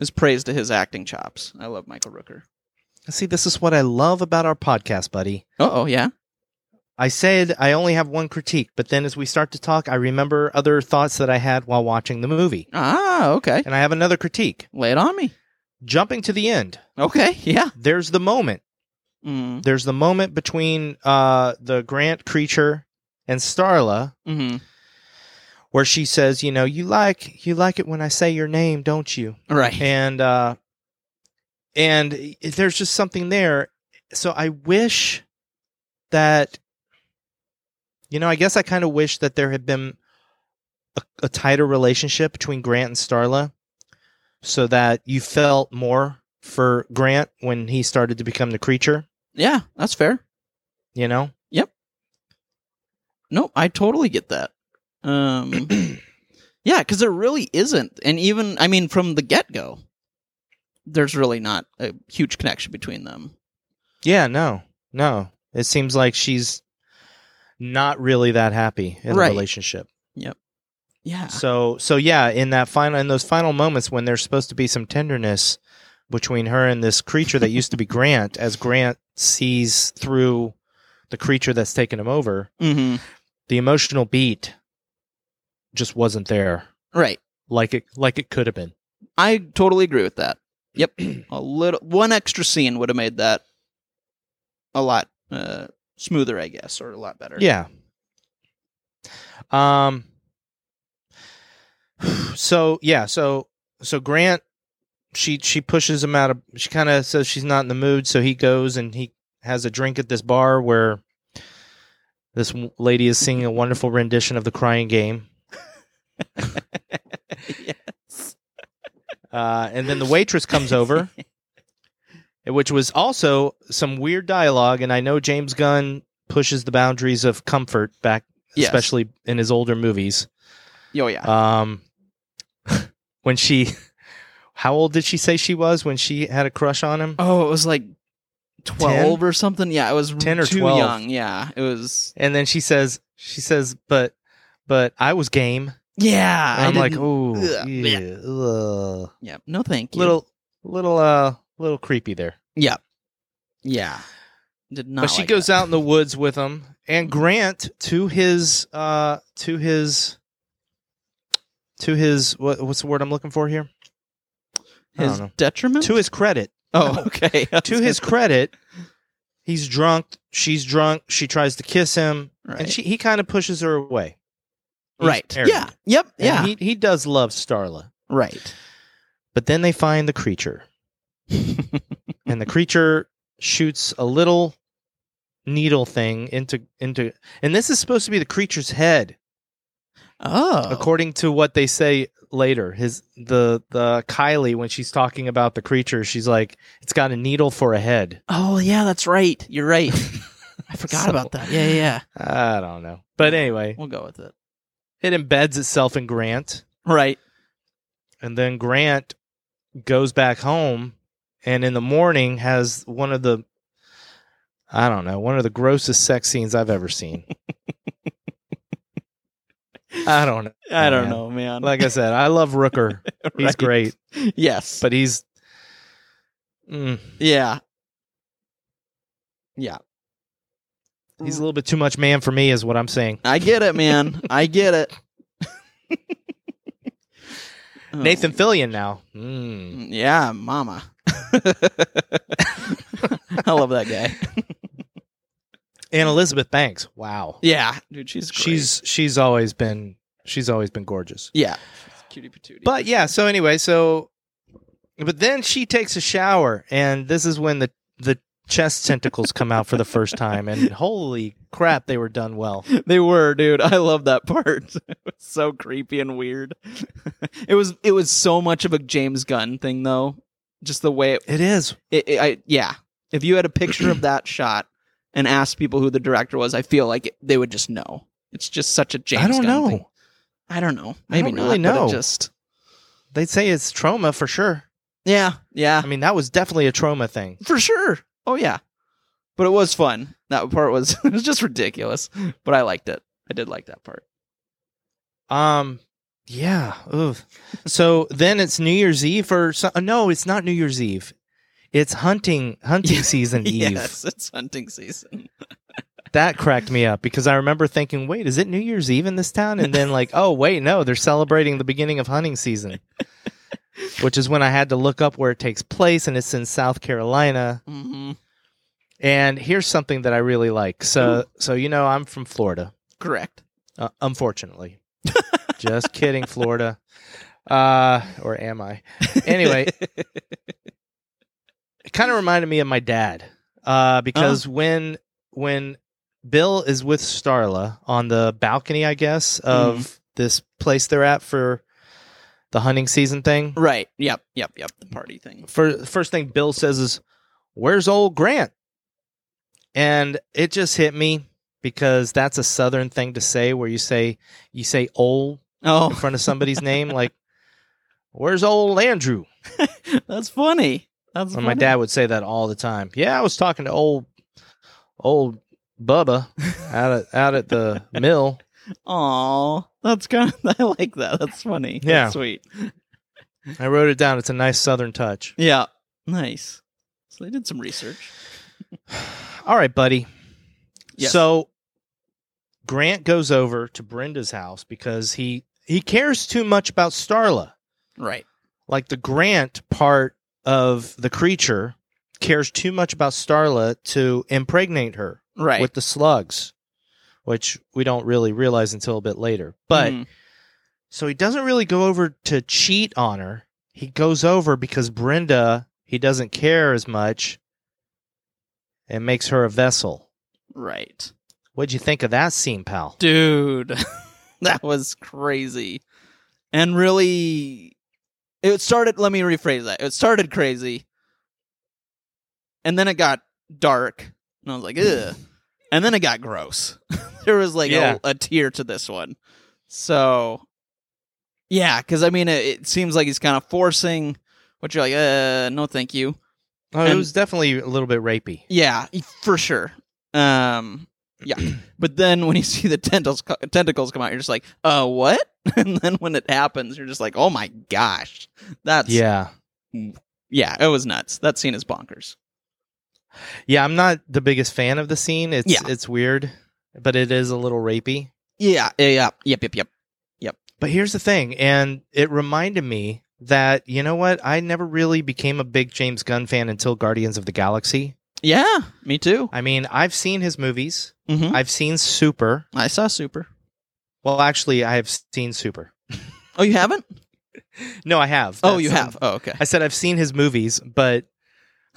Speaker 3: is praise to his acting chops. I love Michael Rooker.
Speaker 2: See, this is what I love about our podcast, buddy.
Speaker 3: Oh yeah.
Speaker 2: I said I only have one critique, but then as we start to talk, I remember other thoughts that I had while watching the movie.
Speaker 3: Ah okay.
Speaker 2: And I have another critique.
Speaker 3: Lay it on me.
Speaker 2: Jumping to the end,
Speaker 3: Okay. Yeah.
Speaker 2: there's the moment.
Speaker 3: Mm.
Speaker 2: There's the moment between uh, the Grant creature and Starla
Speaker 3: Hmm.
Speaker 2: where she says, "You know, you like you like it when I say your name, don't you?"
Speaker 3: Right.
Speaker 2: And uh, and i- there's just something there. So I wish that you know, I guess I kind of wish that there had been a, a tighter relationship between Grant and Starla, so that you felt more for Grant when he started to become the creature.
Speaker 3: yeah. That's fair.
Speaker 2: You know,
Speaker 3: No, I totally get that. Um, yeah, because there really isn't, and even I mean, from the get go, there's really not a huge connection between them.
Speaker 2: Yeah, no, no. It seems like she's not really that happy in
Speaker 3: Right.
Speaker 2: the relationship.
Speaker 3: Yep. Yeah.
Speaker 2: So so yeah, in that final in those final moments when there's supposed to be some tenderness between her and this creature that used to be Grant, as Grant sees through the creature that's taken him over,
Speaker 3: hmm
Speaker 2: the emotional beat just wasn't there
Speaker 3: Right.
Speaker 2: like it like it could have been.
Speaker 3: I totally agree with that. Yep. a little one extra scene would have made that a lot uh, smoother, I guess, or a lot better. (laughs)
Speaker 2: Yeah. Um (sighs) so yeah, so so Grant she she pushes him out of she kind of says she's not in the mood, so he goes and he has a drink at this bar where this w- lady is singing a wonderful rendition of the crying
Speaker 3: (laughs)
Speaker 2: game.
Speaker 3: yes.
Speaker 2: Uh, and then the waitress comes over, which was also some weird dialogue. And I know James Gunn pushes the boundaries of comfort back,
Speaker 3: Yes.
Speaker 2: especially in his older movies.
Speaker 3: Oh yeah.
Speaker 2: Um, (laughs) when she, (laughs) how old did she say she was when she had a crush on him?
Speaker 3: oh, it was like twelve or something. Yeah, it was
Speaker 2: 10 or
Speaker 3: too
Speaker 2: 12.
Speaker 3: young. Yeah, it was.
Speaker 2: And then she says, she says, but, but I was game.
Speaker 3: Yeah,
Speaker 2: And I'm like,
Speaker 3: didn't-
Speaker 2: oh,
Speaker 3: Ugh,
Speaker 2: yeah, ugh."
Speaker 3: yeah. No, thank you.
Speaker 2: little, little, uh, little creepy there.
Speaker 3: Yeah. Did not.
Speaker 2: but she
Speaker 3: like
Speaker 2: goes
Speaker 3: that. Mm-hmm.
Speaker 2: out in the woods with him, and Grant to his, uh, to his, to his, what, what's the word I'm looking for here? I don't
Speaker 3: His
Speaker 2: know.
Speaker 3: detriment.
Speaker 2: To his credit,
Speaker 3: oh, okay.
Speaker 2: (laughs) to his credit, he's drunk. She's drunk. She tries to kiss him,
Speaker 3: (laughs) Right.
Speaker 2: and she he kind of pushes her away. He's
Speaker 3: right.
Speaker 2: arrogant.
Speaker 3: Yeah. Yep.
Speaker 2: And
Speaker 3: Yeah.
Speaker 2: he he does love Starla, (laughs)
Speaker 3: right.
Speaker 2: but then they find the creature, and
Speaker 3: Mm-hmm.
Speaker 2: the creature shoots a little needle thing into into, and this is supposed to be the creature's head,
Speaker 3: oh.
Speaker 2: according to what they say later. His the the Kylie when she's talking about the creature, she's like, it's got a needle for a head.
Speaker 3: Oh yeah, that's right.
Speaker 2: (laughs)
Speaker 3: You're right. I forgot
Speaker 2: So-
Speaker 3: about that. Yeah, yeah,
Speaker 2: (laughs)
Speaker 3: yeah.
Speaker 2: I don't know, but anyway,
Speaker 3: We'll go with it.
Speaker 2: it embeds itself in Grant.
Speaker 3: Right.
Speaker 2: And then Grant goes back home and in the morning has one of the I don't know, one of the grossest sex scenes I've ever
Speaker 3: (laughs)
Speaker 2: seen. I don't know.
Speaker 3: I don't
Speaker 2: Man.
Speaker 3: know,
Speaker 2: (laughs)
Speaker 3: man.
Speaker 2: Like I said, I love
Speaker 3: (laughs)
Speaker 2: Rooker. He's (laughs)
Speaker 3: Right.
Speaker 2: great,
Speaker 3: Yes.
Speaker 2: but he's mm,
Speaker 3: yeah. Yeah.
Speaker 2: he's a little bit too much man for me is what I'm saying.
Speaker 3: I get it, (laughs) man. I get it. Oh.
Speaker 2: Nathan Fillion now. Mm.
Speaker 3: Yeah,
Speaker 2: (laughs)
Speaker 3: mama. I love that guy.
Speaker 2: And Elizabeth Banks. Wow.
Speaker 3: Yeah. Dude, she's great.
Speaker 2: She's she's always been she's always been gorgeous.
Speaker 3: yeah. Cutie patootie.
Speaker 2: But yeah, so anyway, so but then she takes a shower and this is when the the chest tentacles come out for the first time and holy crap, they were done well.
Speaker 3: They were, dude. I love that part. (laughs) It was so creepy and weird. (laughs) it was it was so much of a James Gunn thing though. Just the way it,
Speaker 2: It is.
Speaker 3: it, it I yeah. If you had a picture of
Speaker 2: (clears throat)
Speaker 3: that shot and asked people who the director was, I feel like it, they would just know. It's just such a James
Speaker 2: I don't
Speaker 3: Gunn
Speaker 2: know.
Speaker 3: thing. I don't know.
Speaker 2: I don't
Speaker 3: Maybe
Speaker 2: really
Speaker 3: not, but it
Speaker 2: know.
Speaker 3: just
Speaker 2: They say it's trauma for sure.
Speaker 3: Yeah, yeah.
Speaker 2: I mean, that was definitely a trauma thing.
Speaker 3: For sure. Oh yeah. But it was fun. That part was (laughs) it was just ridiculous, but I liked it. I did like that part.
Speaker 2: Um yeah. Ugh. So then it's New Year's Eve or so, no, it's not New Year's Eve. It's hunting (laughs) hunting season eve.
Speaker 3: Yes, it's hunting season.
Speaker 2: That cracked me up because I remember thinking, wait, is it New Year's Eve in this town? And then, like, oh, wait, no, they're celebrating the beginning of hunting season, which is when I had to look up where it takes place, and it's in South Carolina.
Speaker 3: Mm-hmm.
Speaker 2: And here's something that I really like. So, so you know, I'm from Florida,
Speaker 3: Correct.
Speaker 2: uh, unfortunately. Just kidding, Florida. Uh, or am I? Anyway, it kind of reminded me of my dad uh, because when when Bill is with Starla on the balcony, I guess, of this place they're at for the hunting season thing.
Speaker 3: (laughs) Right. Yep. Yep. Yep. The party thing.
Speaker 2: For first thing Bill says is, "Where's old Grant?" And it just hit me because that's a Southern thing to say, where you say you say "old" in
Speaker 3: Oh, (laughs)
Speaker 2: front of somebody's name, like. Where's old Andrew?
Speaker 3: that's funny. That's
Speaker 2: And my dad would say that all the time. Yeah, I was
Speaker 3: (laughs)
Speaker 2: talking to old old Bubba out at out at the mill.
Speaker 3: Aw, that's kind of (laughs) I like that. That's funny. That's
Speaker 2: Yeah.
Speaker 3: sweet.
Speaker 2: I wrote it down. It's a nice Southern touch. (sighs)
Speaker 3: Yeah, nice. So they did some research.
Speaker 2: All right, buddy.
Speaker 3: Yes.
Speaker 2: So Grant goes over to Brenda's house because he he cares too much about Starla.
Speaker 3: Right.
Speaker 2: Like the Grant part of the creature cares too much about Starla to impregnate her
Speaker 3: Right.
Speaker 2: with the slugs, which we don't really realize until a bit later. But
Speaker 3: Mm.
Speaker 2: so he doesn't really go over to cheat on her. He goes over because Brenda, he doesn't care as much and makes her a vessel.
Speaker 3: right,
Speaker 2: What'd you think of that scene, pal?
Speaker 3: dude, (laughs) that was crazy, and really, it started. Let me rephrase that. It started crazy, and then it got dark, and I was like, ugh, and then it got gross. (laughs) there was like
Speaker 2: Yeah.
Speaker 3: a, a tear to this one, so yeah, because I mean, it, it seems like he's kind of forcing. But you're like, uh, no, thank you.
Speaker 2: Oh, it
Speaker 3: And-
Speaker 2: was definitely a little bit rapey.
Speaker 3: Yeah, e- for sure. Um,
Speaker 2: (clears throat)
Speaker 3: yeah, but then when you (laughs) see the tentacles co- tentacles come out, you're just like, "Uh, what?" (laughs) And then when it happens, you're just like, "Oh my gosh, that's
Speaker 2: Yeah.
Speaker 3: yeah, it was nuts. That scene is bonkers."
Speaker 2: Yeah, I'm not the biggest fan of the scene. It's
Speaker 3: Yeah.
Speaker 2: it's weird, but it is a little rapey.
Speaker 3: Yeah, yeah, yeah, yep, yep, yep.
Speaker 2: But here's the thing, and it reminded me that, you know what, I never really became a big James Gunn fan until Guardians of the Galaxy.
Speaker 3: Yeah, me too.
Speaker 2: I mean, I've seen his movies.
Speaker 3: hmm
Speaker 2: I've seen Super.
Speaker 3: I saw Super.
Speaker 2: Well, actually, I have seen Super.
Speaker 3: Oh, you haven't?
Speaker 2: No, I have.
Speaker 3: Oh,
Speaker 2: That's-
Speaker 3: you have. Oh, okay.
Speaker 2: I said I've seen his movies, but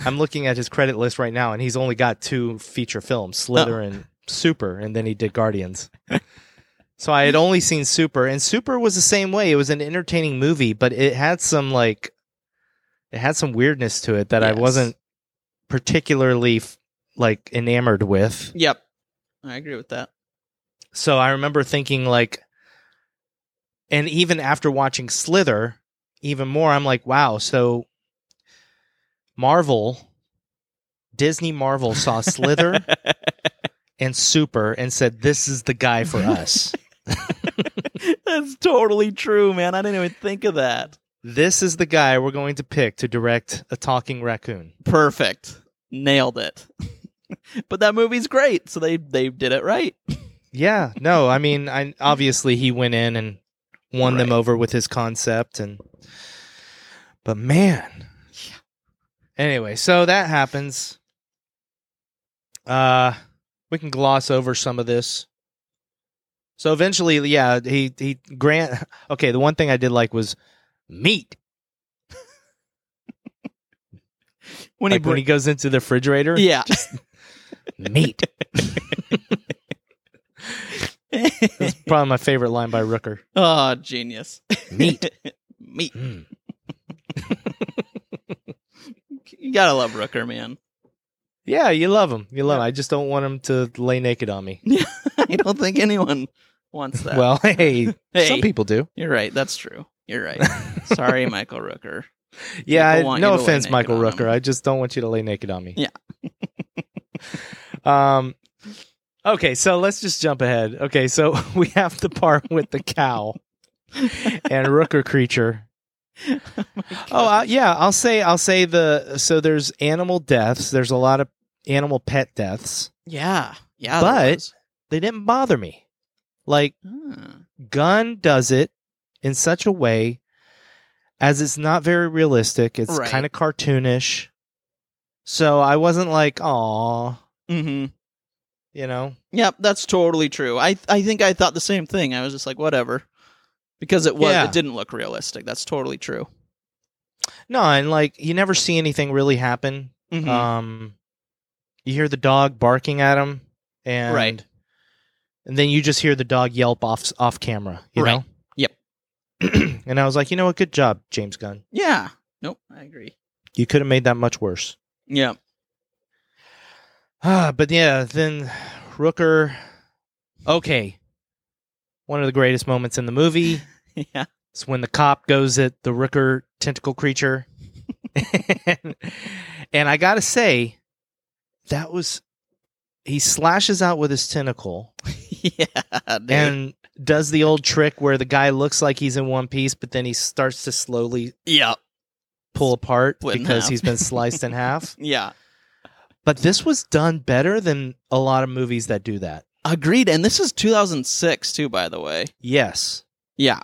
Speaker 2: I'm looking at his credit list right now, and he's only got two feature films,
Speaker 3: Oh.
Speaker 2: Slither and Super, and then he did Guardians. so I had only seen Super, and Super was the same way. It was an entertaining movie, but it had some like it had some weirdness to it that
Speaker 3: Yes.
Speaker 2: I wasn't particularly f- like enamored with.
Speaker 3: Yep, I agree
Speaker 2: (laughs)
Speaker 3: with that. (laughs)
Speaker 2: So I remember thinking like and even after watching Slither even more I'm like wow so Marvel Disney Marvel saw Slither and Super and said this is the guy for us.
Speaker 3: That's totally true, man. I didn't even think of that.
Speaker 2: this is the guy we're going to pick to direct a talking raccoon.
Speaker 3: Perfect. Nailed it. (laughs) but that movie's great, so they they did it right.
Speaker 2: Yeah, no, I mean I obviously he went in and won them
Speaker 3: Right.
Speaker 2: over with his concept and but man. Anyway, so that happens. Uh we can gloss over some of this. So eventually, yeah, he he Grant (laughs) okay, the one thing I did like was meat.
Speaker 3: When
Speaker 2: like when he goes into the refrigerator,
Speaker 3: yeah,
Speaker 2: (laughs) meat. That's probably my favorite line by Rooker.
Speaker 3: (laughs) oh, genius.
Speaker 2: Meat.
Speaker 3: (laughs) Meat.
Speaker 2: Mm.
Speaker 3: You gotta love Rooker, man.
Speaker 2: (laughs)
Speaker 3: (laughs)
Speaker 2: Yeah, you love him. You love him. I just don't want him to lay naked on me.
Speaker 3: I don't think anyone wants that.
Speaker 2: Well, (laughs) hey,
Speaker 3: Hey.
Speaker 2: some people do.
Speaker 3: you're right. That's true.
Speaker 2: (laughs)
Speaker 3: You're right. Sorry, Michael Rooker.
Speaker 2: Yeah,
Speaker 3: People
Speaker 2: I,
Speaker 3: want
Speaker 2: no
Speaker 3: you to lay
Speaker 2: offense,
Speaker 3: naked
Speaker 2: Michael
Speaker 3: on
Speaker 2: Rooker.
Speaker 3: them.
Speaker 2: I just don't want you to lay naked on me.
Speaker 3: Yeah.
Speaker 2: (laughs) um. Okay, so let's just jump ahead. Okay, so (laughs) we have the part with the cow and Rooker creature. Oh, I, yeah, I'll say I'll say the so there's animal deaths. There's a lot of animal pet deaths.
Speaker 3: yeah, yeah.
Speaker 2: But-
Speaker 3: there was.
Speaker 2: They didn't bother me. Like
Speaker 3: Ah.
Speaker 2: Gunn does it in such a way as it's not very realistic. It's
Speaker 3: Right.
Speaker 2: kind of cartoonish. So I wasn't like, "Aw,"
Speaker 3: Mm-hmm.
Speaker 2: you know.
Speaker 3: Yep, that's totally true. I I think I thought the same thing. I was just like, whatever, because it was
Speaker 2: Yeah.
Speaker 3: it didn't look realistic. That's totally true.
Speaker 2: No, and like you never see anything really happen.
Speaker 3: Mhm.
Speaker 2: Um, you hear the dog barking at him, and
Speaker 3: Right.
Speaker 2: and then you just hear the dog yelp off off camera. You
Speaker 3: Right.
Speaker 2: know.
Speaker 3: Yep.
Speaker 2: (clears throat) and I was like, you know what? Good job, James Gunn.
Speaker 3: yeah. Nope. I agree.
Speaker 2: You could have made that much worse.
Speaker 3: Yeah.
Speaker 2: Ah, but yeah, then Rooker. Okay. One of the greatest moments in the movie
Speaker 3: (laughs) Yeah.
Speaker 2: is when the cop goes at the Rooker tentacle creature. and, I got to say, that was. He slashes out with his tentacle,
Speaker 3: yeah. Dude.
Speaker 2: and does the old trick where the guy looks like he's in one piece, but then he starts to slowly
Speaker 3: Yeah.
Speaker 2: pull apart
Speaker 3: Split in
Speaker 2: because
Speaker 3: half.
Speaker 2: he's been sliced in
Speaker 3: (laughs)
Speaker 2: half.
Speaker 3: Yeah.
Speaker 2: But this was done better than a lot of movies that do that.
Speaker 3: Agreed. And this is 2006 too, by the way.
Speaker 2: Yes.
Speaker 3: Yeah.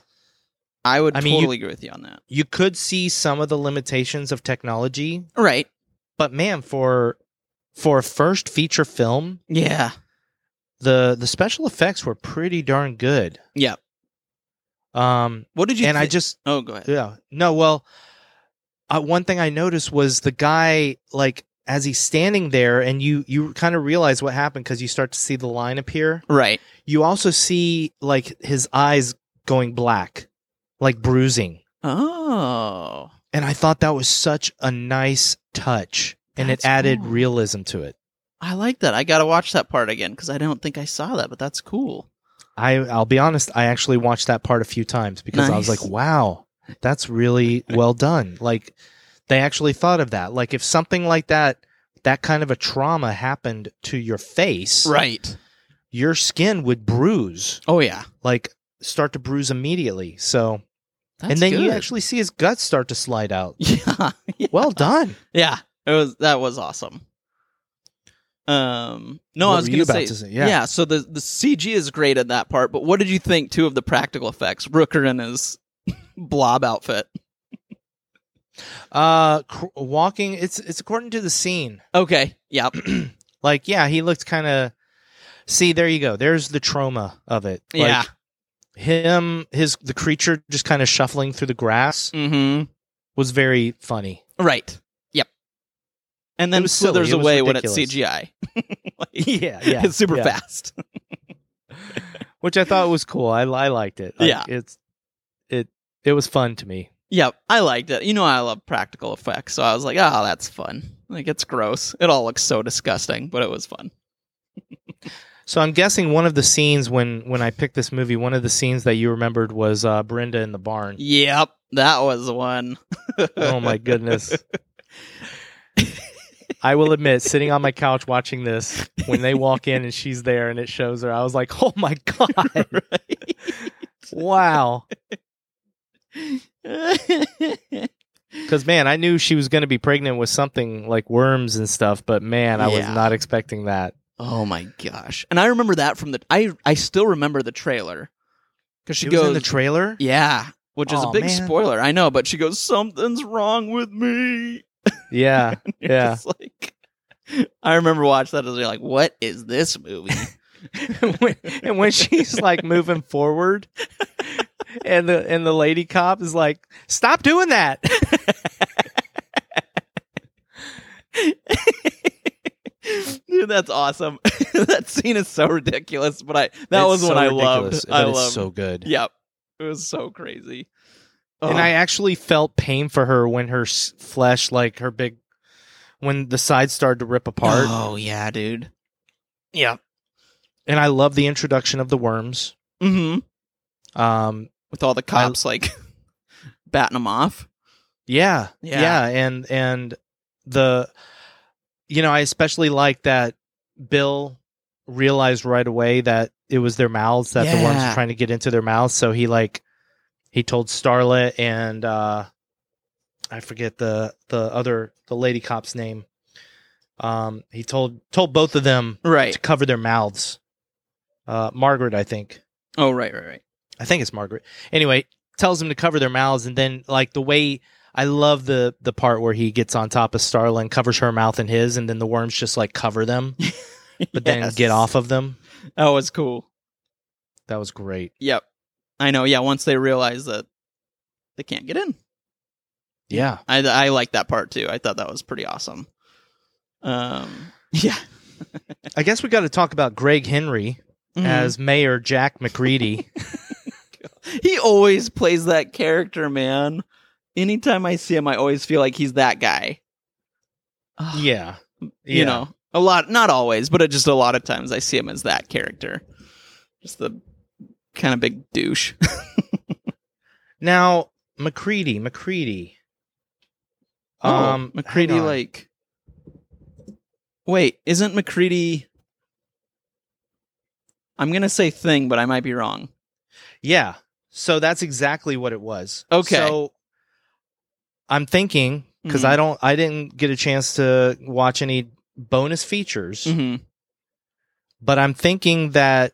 Speaker 3: I would
Speaker 2: I mean, you-
Speaker 3: totally agree with you on that.
Speaker 2: You could see some of the limitations of technology,
Speaker 3: Right.
Speaker 2: but man, for for a first feature film,
Speaker 3: Yeah.
Speaker 2: the the special effects were pretty darn good.
Speaker 3: Yeah.
Speaker 2: Um
Speaker 3: What did you
Speaker 2: and I
Speaker 3: thi-
Speaker 2: just
Speaker 3: Oh, go ahead.
Speaker 2: yeah. No, well, uh, one thing I noticed was the guy like as he's standing there and you you kind of realize what happened cuz you start to see the line appear.
Speaker 3: Right.
Speaker 2: You also see like his eyes going black, like bruising.
Speaker 3: Oh.
Speaker 2: And I thought that was such a nice touch and
Speaker 3: That's
Speaker 2: it added
Speaker 3: cool.
Speaker 2: realism to it.
Speaker 3: I like that. I got to watch that part again because I don't think I saw that, but that's cool.
Speaker 2: I I'll be honest, I actually watched that part a few times because I was
Speaker 3: Nice.
Speaker 2: like, wow, that's really
Speaker 3: (laughs)
Speaker 2: well done. Like they actually thought of that. Like if something like that that kind of a trauma happened to your face,
Speaker 3: Right.
Speaker 2: your skin would bruise,
Speaker 3: Oh, yeah.
Speaker 2: like start to bruise immediately. So
Speaker 3: That's
Speaker 2: and then you
Speaker 3: good.
Speaker 2: actually see his guts start to slide out.
Speaker 3: (laughs) Yeah. yeah.
Speaker 2: Well done.
Speaker 3: Yeah, it was that was awesome. Um, no,
Speaker 2: What
Speaker 3: I was
Speaker 2: were
Speaker 3: gonna
Speaker 2: you about
Speaker 3: say,
Speaker 2: to say? Yeah.
Speaker 3: So the the CG is great at that part, but what did you think too of the practical effects? Rooker in his (laughs) blob outfit.
Speaker 2: Uh cr- walking it's it's according to the scene.
Speaker 3: Okay,
Speaker 2: (clears throat)
Speaker 3: yeah,
Speaker 2: Like yeah, he looked kind of See, there you go. There's the trauma of it. Like,
Speaker 3: yeah.
Speaker 2: him his the creature just kind of shuffling through the grass
Speaker 3: Mm-hmm.
Speaker 2: was very
Speaker 3: (laughs)
Speaker 2: funny
Speaker 3: Right. Yep. And then
Speaker 2: was silly.
Speaker 3: slithers
Speaker 2: It was
Speaker 3: away when it's
Speaker 2: ridiculous.
Speaker 3: CGI. (laughs) Like,
Speaker 2: (laughs) Yeah, yeah,
Speaker 3: it's super
Speaker 2: yeah.
Speaker 3: fast.
Speaker 2: which i thought was cool i, I liked it Like,
Speaker 3: Yeah.
Speaker 2: it's it it was fun to me
Speaker 3: Yep, I liked it. You know, I love practical effects, so I was like, oh, that's fun. Like, it's gross. It all looks so disgusting, but it was fun.
Speaker 2: so i'm guessing one of the scenes when when i picked this movie one of the scenes that you remembered was uh brenda in the barn
Speaker 3: Yep, that was one.
Speaker 2: oh my goodness I will admit, sitting on my couch watching this, when they walk in and she's there and it shows her, I was like, oh my God.
Speaker 3: Right?
Speaker 2: Wow. Because man, I knew she was going to be pregnant with something like worms and stuff, but man, I was
Speaker 3: Yeah.
Speaker 2: not expecting that.
Speaker 3: (laughs) oh my gosh! And I remember that from the I I still remember the trailer because she
Speaker 2: It was
Speaker 3: goes
Speaker 2: in the trailer.
Speaker 3: yeah, which is a
Speaker 2: Aw,
Speaker 3: big
Speaker 2: man.
Speaker 3: spoiler. I know, but she goes something's wrong with me. (laughs)
Speaker 2: Yeah, (laughs)
Speaker 3: And you're
Speaker 2: yeah.
Speaker 3: just like I remember watching that as you're like, what is
Speaker 2: (laughs)
Speaker 3: this movie?
Speaker 2: When- and when she's like moving forward, and the and the lady cop is like, "Stop doing that." (laughs)
Speaker 3: Dude, that's awesome. (laughs) that scene is so ridiculous, but I that was
Speaker 2: what
Speaker 3: what I loved. I
Speaker 2: love.
Speaker 3: loved.
Speaker 2: so good.
Speaker 3: Yep, it was so crazy. Uh-huh.
Speaker 2: And I actually felt pain for her when her s- flesh, like her big, when the sides started to rip apart.
Speaker 3: Oh yeah, dude.
Speaker 2: yeah. And I love the introduction of the worms.
Speaker 3: Mm-hmm.
Speaker 2: Um,
Speaker 3: With all the cops like (laughs) batting them off.
Speaker 2: Yeah,
Speaker 3: Yeah.
Speaker 2: yeah, and and the, you know, I especially like that Bill realized right away that it was their mouths that the worms
Speaker 3: Yeah.
Speaker 2: were trying to get into their mouths. So he like he told Starlet and uh I forget the the other the lady cop's name. Um, he told told both of them
Speaker 3: Right.
Speaker 2: to cover their mouths. Uh, Margaret, I think.
Speaker 3: Oh right, right, right. (laughs)
Speaker 2: I think it's Margaret. Anyway, tells them to cover their mouths, and then like the way I love the the part where he gets on top of Starla and covers her mouth and his, and then the worms just like cover them, but then
Speaker 3: Yes.
Speaker 2: get off of them.
Speaker 3: That was cool.
Speaker 2: That was great.
Speaker 3: Yep. I know. Yeah. Once they realize that they can't get in,
Speaker 2: Yeah,
Speaker 3: I I like that part too. I thought that was pretty awesome. Um. (laughs) Yeah.
Speaker 2: I guess we got to talk about Greg Henry
Speaker 3: Mhm.
Speaker 2: as Mayor Jack McReady.
Speaker 3: he always plays that character, man. Anytime I see him, I always feel like he's that guy. (laughs) Ugh.
Speaker 2: yeah,
Speaker 3: you know a lot not always but it just a lot of times i see him as that character just the kind of big douche (laughs)
Speaker 2: Now McCready, McCready.
Speaker 3: um
Speaker 2: hang
Speaker 3: mccready
Speaker 2: on.
Speaker 3: like wait isn't mccready i'm gonna say thing but i might be wrong
Speaker 2: Yeah. So that's exactly what it was.
Speaker 3: Okay.
Speaker 2: So I'm thinking because I don't, I didn't get a chance to watch any bonus features,
Speaker 3: hmm
Speaker 2: but I'm thinking that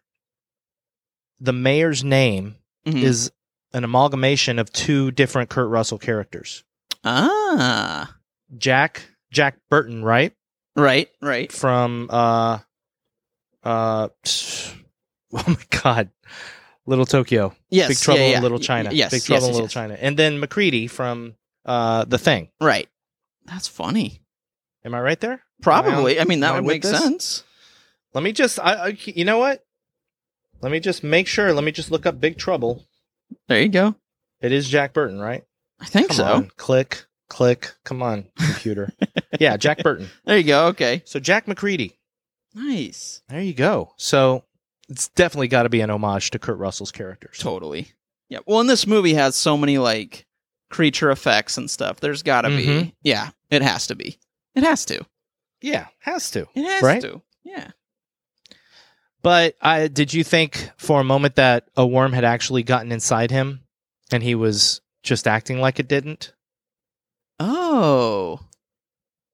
Speaker 2: the mayor's name
Speaker 3: Mm. mm-hmm.
Speaker 2: is an amalgamation of two different Kurt Russell characters,
Speaker 3: ah
Speaker 2: Jack Jack Burton, right
Speaker 3: right right
Speaker 2: from uh uh (laughs) oh my god, Little Tokyo.
Speaker 3: yes
Speaker 2: Big Trouble
Speaker 3: yeah, yeah.
Speaker 2: in Little China.
Speaker 3: Y- yes
Speaker 2: Big Trouble
Speaker 3: yes,
Speaker 2: in
Speaker 3: yes,
Speaker 2: Little
Speaker 3: yes.
Speaker 2: China. And then McCready from uh, The Thing.
Speaker 3: right that's funny
Speaker 2: Am I right there?
Speaker 3: probably I mean
Speaker 2: am
Speaker 3: that
Speaker 2: I
Speaker 3: would
Speaker 2: with
Speaker 3: make
Speaker 2: this?
Speaker 3: sense
Speaker 2: Let me just, I, I, you know what? Let me just make sure. Let me just look up Big Trouble.
Speaker 3: there you go
Speaker 2: It is Jack Burton, right?
Speaker 3: I think
Speaker 2: Come
Speaker 3: so
Speaker 2: on. Click, click. Come on,
Speaker 3: (laughs)
Speaker 2: computer. yeah, Jack Burton.
Speaker 3: there you go okay
Speaker 2: So Jack McCready.
Speaker 3: nice
Speaker 2: There you go. So it's definitely got to be an homage to Kurt Russell's characters.
Speaker 3: totally yeah well and this movie has so many like creature effects and stuff there's gotta
Speaker 2: Mhm.
Speaker 3: be yeah it has to be it has to
Speaker 2: Yeah, has to.
Speaker 3: it has
Speaker 2: Right?
Speaker 3: to yeah
Speaker 2: But I did you think for a moment that a worm had actually gotten inside him and he was just acting like it didn't?
Speaker 3: Oh.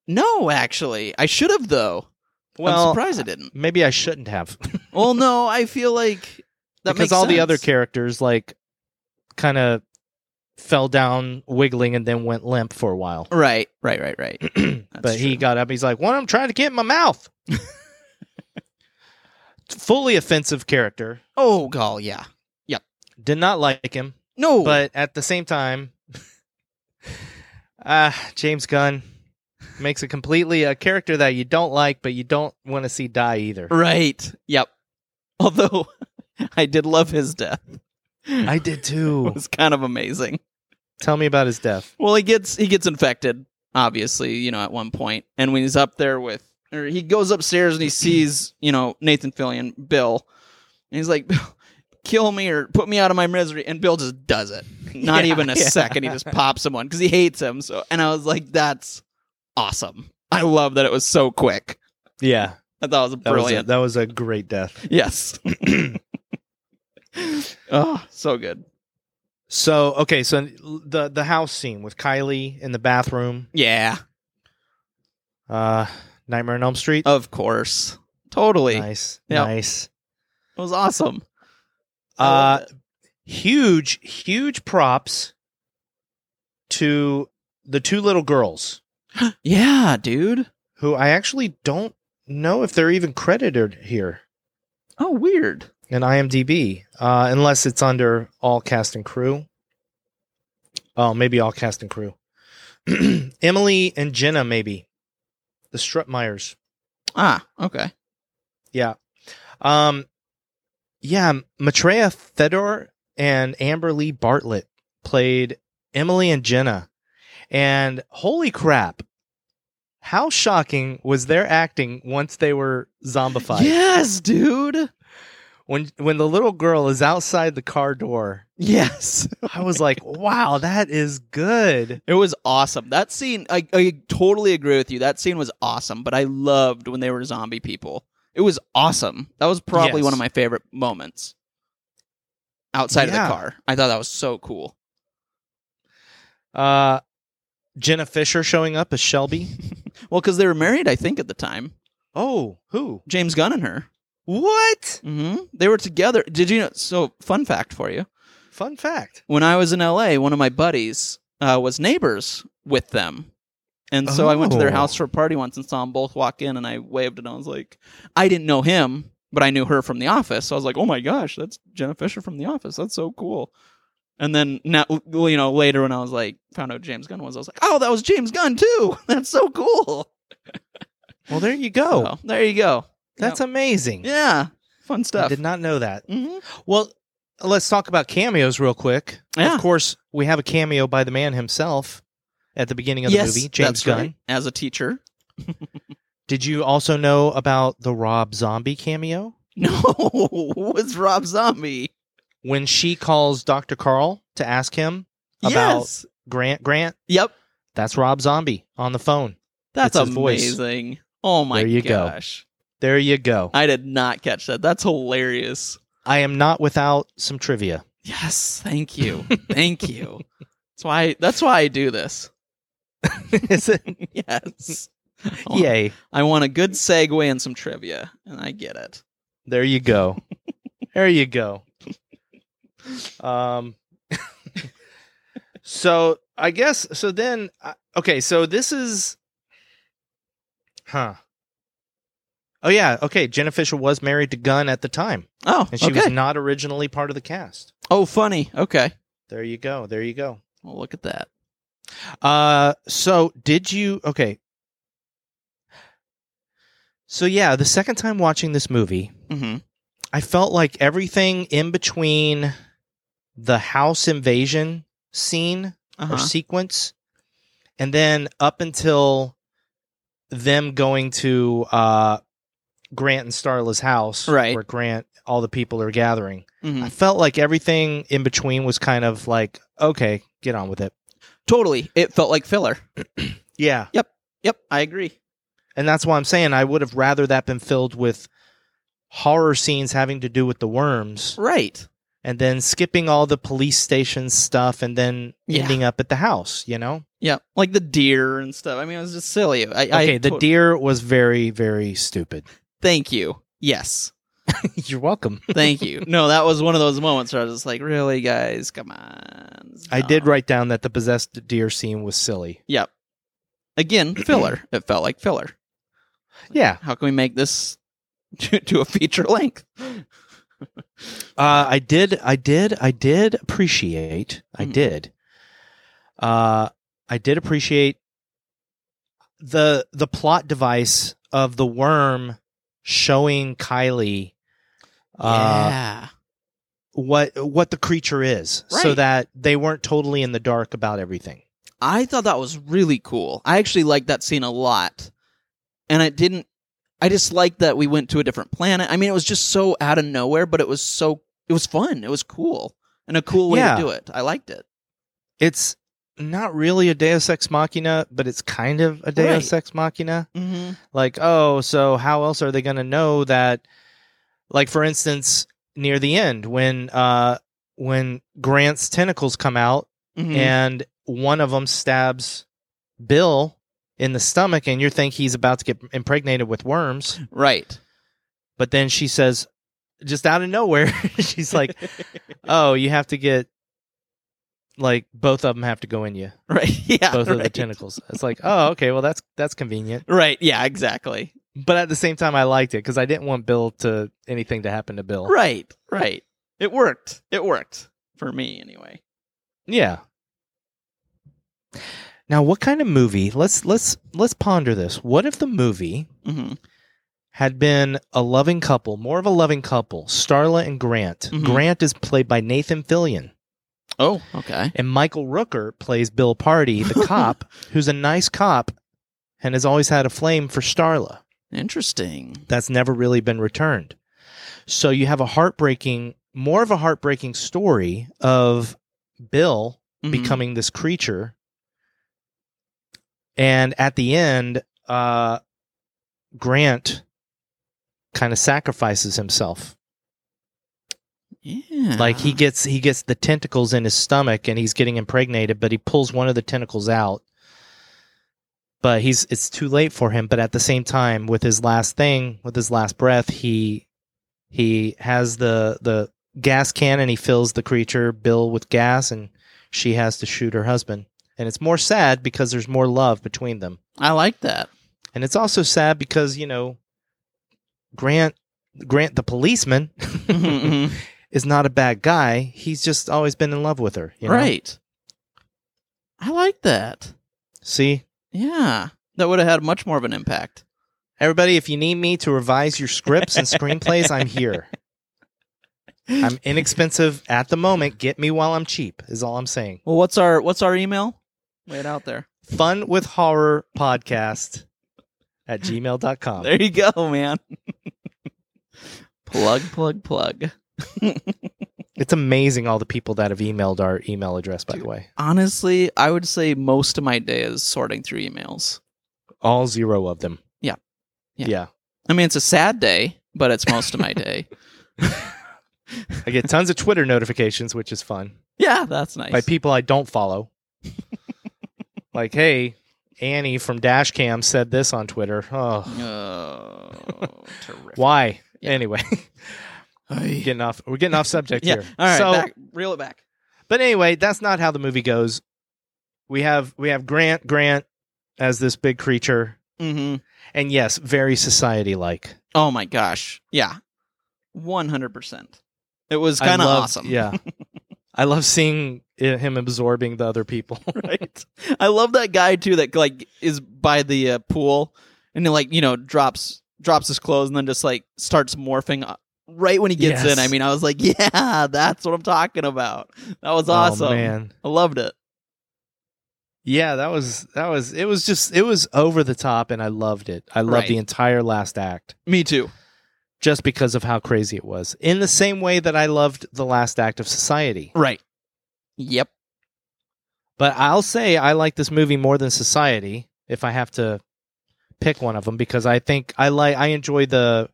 Speaker 3: No, actually. I should have though. I'm surprised I didn't.
Speaker 2: maybe I shouldn't have.
Speaker 3: Well, no, I feel like that
Speaker 2: because
Speaker 3: makes
Speaker 2: all the other
Speaker 3: sense.
Speaker 2: characters like kind of fell down wiggling and then went limp for a while.
Speaker 3: Right, right, right,
Speaker 2: (clears throat)
Speaker 3: right.
Speaker 2: but he
Speaker 3: true.
Speaker 2: got up. He's like, "What? I'm trying to get in my
Speaker 3: (laughs)
Speaker 2: mouth." Fully offensive character.
Speaker 3: Oh, gall, yeah.
Speaker 2: Did not like him,
Speaker 3: No.
Speaker 2: but at the same time, (laughs) uh, James Gunn makes a completely a character that you don't like, but you don't want to see die either.
Speaker 3: right. Yep. (laughs) Although (laughs) I did love his death.
Speaker 2: I did too.
Speaker 3: (laughs) It was kind of amazing.
Speaker 2: (laughs) Tell me about his death.
Speaker 3: Well, he gets he gets infected, obviously, you know, at one point, and when he's up there with, or he goes upstairs (clears throat) and he sees, you know, Nathan Fillion, Bill, and he's like, (laughs) "Bill, "Kill me or put me out of my misery," and Bill just does it, not
Speaker 2: Yeah,
Speaker 3: even a
Speaker 2: yeah.
Speaker 3: second. He just pops someone because he hates him. So, and I was like, "That's awesome! I love that it was so quick."
Speaker 2: Yeah,
Speaker 3: I thought it was
Speaker 2: that
Speaker 3: brilliant.
Speaker 2: was a, that was a great death.
Speaker 3: (laughs) (clears throat) yes. oh, so good.
Speaker 2: So okay, so the the house scene with Kylie in the bathroom,
Speaker 3: Yeah,
Speaker 2: uh, Nightmare on Elm Street.
Speaker 3: of course, totally.
Speaker 2: nice,
Speaker 3: Yeah.
Speaker 2: nice.
Speaker 3: It was awesome. I
Speaker 2: Uh,
Speaker 3: loved
Speaker 2: huge, huge props to the two little girls
Speaker 3: Yeah, dude.
Speaker 2: who I actually don't know if they're even credited here
Speaker 3: Oh, weird.
Speaker 2: in IMDb, uh, unless it's under all cast and crew. Oh, maybe all cast and crew. (clears throat) Emily and Jenna, maybe the Strutmeyers.
Speaker 3: Ah, okay.
Speaker 2: Yeah. Um yeah, Maitreya Fedor and Amber Lee Bartlett played Emily and Jenna. And holy crap. How shocking was their acting once they were zombified?
Speaker 3: Yes, dude.
Speaker 2: When when the little girl is outside the car door,
Speaker 3: Yes.
Speaker 2: I was
Speaker 3: (laughs)
Speaker 2: like, "Wow, that is good."
Speaker 3: It was awesome. That scene, I, I totally agree with you. That scene was awesome, but I loved when they were zombie people. It was awesome. That was probably
Speaker 2: Yes.
Speaker 3: one of my favorite moments outside
Speaker 2: Yeah.
Speaker 3: of the car. I thought that was so cool.
Speaker 2: Uh Jenna Fisher showing up as Shelby.
Speaker 3: (laughs) Well, because they were married, I think, at the time.
Speaker 2: Oh, who?
Speaker 3: James Gunn and her.
Speaker 2: What?
Speaker 3: Mm-hmm. They were together. Did you know? So, fun fact for you.
Speaker 2: Fun fact.
Speaker 3: when I was in LA, one of my buddies uh, was neighbors with them. And so I went to their
Speaker 2: Oh.
Speaker 3: house for a party once and saw them both walk in and I waved and I was like, I didn't know him, but I knew her from The Office. So I was like, oh my gosh, that's Jenna Fisher from The Office. That's so cool. And then now, you know, later when I was like, found out James Gunn was, I was like, oh, that was James Gunn too. (laughs) That's so cool.
Speaker 2: Well, there you go.
Speaker 3: So, there you go.
Speaker 2: That's amazing.
Speaker 3: Yeah. Fun
Speaker 2: I
Speaker 3: stuff.
Speaker 2: did not know that.
Speaker 3: Mhm.
Speaker 2: Well, let's talk about cameos real quick.
Speaker 3: Yeah.
Speaker 2: Of course, we have a cameo by the man himself at the beginning of
Speaker 3: Yes,
Speaker 2: the movie, James
Speaker 3: that's
Speaker 2: Gunn.
Speaker 3: right. As a teacher.
Speaker 2: Did you also know about the Rob Zombie cameo?
Speaker 3: (laughs) No, it was Rob Zombie.
Speaker 2: When she calls Dr. Carl to ask him about
Speaker 3: yes.
Speaker 2: Grant Grant,
Speaker 3: Yep.
Speaker 2: that's Rob Zombie on the phone.
Speaker 3: That's
Speaker 2: It's his voice.
Speaker 3: amazing. Oh my
Speaker 2: There you go.
Speaker 3: gosh.
Speaker 2: There you go.
Speaker 3: I did not catch that. That's hilarious.
Speaker 2: I am not without some trivia.
Speaker 3: Yes, thank
Speaker 2: (laughs)
Speaker 3: you, thank you. That's why. That's why I do this. (laughs)
Speaker 2: Is it? (laughs)
Speaker 3: Yes. I want-
Speaker 2: Yay.
Speaker 3: I want a good segue and some trivia, and I get it.
Speaker 2: There you go. there you go. Um (laughs) so I guess so then I- okay, so this is huh. Oh yeah, okay, Jenna Fisher was married to Gunn at the time
Speaker 3: Oh,
Speaker 2: and she
Speaker 3: okay.
Speaker 2: was not originally part of the cast.
Speaker 3: oh, funny. Okay.
Speaker 2: There you go. There you go.
Speaker 3: Well, look at that.
Speaker 2: Uh so did you okay. So yeah, the second time watching this movie,
Speaker 3: Mm-hmm.
Speaker 2: I felt like everything in between the house invasion scene or
Speaker 3: Uh-huh.
Speaker 2: sequence and then up until them going to uh Grant and Starla's house
Speaker 3: Right.
Speaker 2: where Grant all the people are gathering.
Speaker 3: Mhm.
Speaker 2: I felt like everything in between was kind of like okay, get on with it.
Speaker 3: Totally. It felt like filler.
Speaker 2: Yeah.
Speaker 3: Yep, I agree.
Speaker 2: And that's why I'm saying I would have rather that been filled with horror scenes having to do with the worms
Speaker 3: Right.
Speaker 2: and then skipping all the police station stuff and then
Speaker 3: Yeah.
Speaker 2: ending up at the house, you know?
Speaker 3: Yeah, like the deer and stuff. I mean, it was just silly. I, I
Speaker 2: Okay, the
Speaker 3: to-
Speaker 2: deer was very, very
Speaker 3: (laughs)
Speaker 2: stupid.
Speaker 3: Thank you. Yes.
Speaker 2: You're welcome. (laughs)
Speaker 3: Thank you. no, that was one of those moments where I was just like, really, guys, come on.
Speaker 2: I did
Speaker 3: Stop.
Speaker 2: write down that the possessed deer scene was silly.
Speaker 3: Yep.
Speaker 2: (clears throat)
Speaker 3: Again, filler. it felt like filler.
Speaker 2: Yeah.
Speaker 3: How can we make this (laughs) to, to a feature length?
Speaker 2: Uh, I did, I did, I did appreciate, I
Speaker 3: Mm.
Speaker 2: did, uh, I did appreciate the the plot device of the worm showing Kylie uh,
Speaker 3: yeah.
Speaker 2: what what the creature is, so
Speaker 3: Right.
Speaker 2: that they weren't totally in the dark about everything.
Speaker 3: I thought that was really cool. I actually liked that scene a lot. And it didn't I just liked that we went to a different planet. I mean, it was just so out of nowhere, but it was so it was fun. It was cool. And a cool way
Speaker 2: Yeah.
Speaker 3: to do it. I liked it.
Speaker 2: It's not really a Deus Ex Machina, but it's kind of a Deus Ex Machina.
Speaker 3: Mm-hmm.
Speaker 2: like oh so how else are they going to know that like for instance near the end when uh when grant's tentacles come out
Speaker 3: Hmm. Mm-hmm.
Speaker 2: and one of them stabs bill in the stomach and you think he's about to get impregnated with worms
Speaker 3: Right.
Speaker 2: but then she says just out of nowhere (laughs) she's like oh you have to get like both of them have to go in you
Speaker 3: (laughs) right. Yeah.
Speaker 2: both of the
Speaker 3: right.
Speaker 2: tentacles it's like oh okay well that's that's convenient
Speaker 3: Right. Yeah, exactly.
Speaker 2: but at the same time, I liked it because I didn't want Bill to anything to happen to Bill.
Speaker 3: Right. Right. It worked. It worked for me anyway.
Speaker 2: Yeah. Now, what kind of movie? Let's let's let's ponder this. What if the movie
Speaker 3: Mm-hmm.
Speaker 2: had been a loving couple, more of a loving couple, Starla and Grant.
Speaker 3: Mhm.
Speaker 2: Grant is played by Nathan Fillion,
Speaker 3: Oh, okay.
Speaker 2: and Michael Rooker plays Bill Party, (laughs) the cop, who's a nice cop and has always had a flame for Starla.
Speaker 3: Interesting.
Speaker 2: that's never really been returned. So you have a heartbreaking, more of a heartbreaking story of Bill
Speaker 3: Mhm.
Speaker 2: becoming this creature. And at the end, uh, Grant kind of sacrifices himself.
Speaker 3: yeah.
Speaker 2: Like he gets he gets the tentacles in his stomach and he's getting impregnated, but he pulls one of the tentacles out. But he's it's too late for him. But at the same time, with his last thing, with his last breath, he he has the the gas can and he fills the creature Bill with gas, and she has to shoot her husband. And it's more sad because there's more love between them.
Speaker 3: I like that.
Speaker 2: And it's also sad because, you know, Grant Grant the policeman (laughs)
Speaker 3: Mhm, mhm.
Speaker 2: is not a bad guy. He's just always been in love with her. you know?
Speaker 3: Right. I like that.
Speaker 2: See,
Speaker 3: Yeah. That would have had much more of an impact.
Speaker 2: everybody, if you need me to revise your scripts and screenplays, I'm
Speaker 3: (laughs)
Speaker 2: here. I'm inexpensive at the moment. Get me while I'm cheap, is all I'm saying.
Speaker 3: (gasps) Well, what's our what's our email? Lay it out
Speaker 2: (laughs)
Speaker 3: there.
Speaker 2: Fun with horror podcast at gmail.com.
Speaker 3: There you go, man. (laughs) plug, plug, plug.
Speaker 2: It's amazing all the people that have emailed our email address, by the way.
Speaker 3: Honestly, I would say most of my day is sorting through emails.
Speaker 2: All zero of them.
Speaker 3: Yeah.
Speaker 2: Yeah. (laughs)
Speaker 3: Yeah. I mean, it's a sad day, but it's most of my day.
Speaker 2: I get tons of Twitter notifications, which is fun
Speaker 3: Yeah, that's nice.
Speaker 2: by people I don't
Speaker 3: (laughs)
Speaker 2: follow. like, hey, Annie from Dashcam said this on Twitter. Oh, (laughs)
Speaker 3: Oh, terrific.
Speaker 2: why?
Speaker 3: Yeah.
Speaker 2: Anyway, (laughs)
Speaker 3: Ay.
Speaker 2: getting off. We're getting off subject
Speaker 3: Yeah.
Speaker 2: here.
Speaker 3: All right.
Speaker 2: so,
Speaker 3: back, reel it back.
Speaker 2: but anyway, that's not how the movie goes. We have we have Grant Grant as this big creature,
Speaker 3: Mm-hmm.
Speaker 2: and yes, very society like.
Speaker 3: Oh my gosh. Yeah. 100%. It was kind of awesome.
Speaker 2: Yeah,
Speaker 3: (laughs)
Speaker 2: I love seeing i- him absorbing the other people.
Speaker 3: (laughs) Right. I love that guy too that like is by the uh, pool and then like, you know, drops drops his clothes and then just like starts morphing uh, right when he gets
Speaker 2: Yes.
Speaker 3: in. I mean, I was like, (laughs) yeah, that's what I'm talking about. That was awesome.
Speaker 2: Oh, man.
Speaker 3: I loved it.
Speaker 2: Yeah, that was that was it was just it was over the top and I loved it. I loved
Speaker 3: Right.
Speaker 2: the entire last act
Speaker 3: Me too.
Speaker 2: just because of how crazy it was. In the same way that I loved the last act of Society.
Speaker 3: Right. Yep.
Speaker 2: But I'll say I like this movie more than Society if I have to pick one of them because I think I like I enjoy the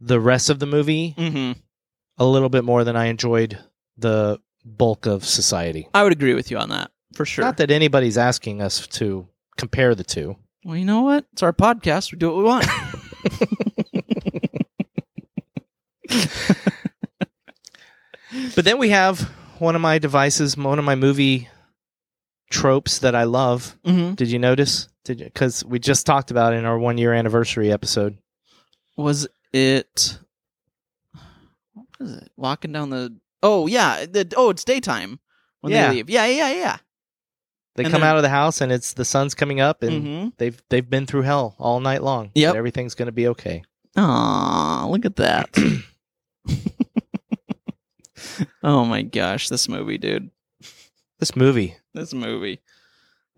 Speaker 2: the rest of the movie
Speaker 3: Mhm.
Speaker 2: a little bit more than I enjoyed the bulk of Society.
Speaker 3: I would agree with you on that. For sure.
Speaker 2: Not that anybody's asking us to compare the two.
Speaker 3: well, you know what? It's our podcast. We do what we
Speaker 2: (laughs)
Speaker 3: want. (laughs)
Speaker 2: But then we have one of my devices, one of my movie tropes that I love.
Speaker 3: mm-hmm.
Speaker 2: Did you notice? Did because we just talked about it in our one year anniversary episode.
Speaker 3: was it what was it walking down the oh yeah the oh it's daytime when
Speaker 2: Yeah.
Speaker 3: they leave yeah yeah yeah
Speaker 2: They
Speaker 3: And
Speaker 2: come
Speaker 3: they're-
Speaker 2: out of the house and it's the sun's coming up
Speaker 3: yeah
Speaker 2: and
Speaker 3: mm-hmm.
Speaker 2: they've they've been through hell all night long.
Speaker 3: Yep.
Speaker 2: But everything's gonna be okay.
Speaker 3: Mm-hmm. Aw, look at that
Speaker 2: (clears throat)
Speaker 3: oh my gosh this movie dude
Speaker 2: This movie.
Speaker 3: this movie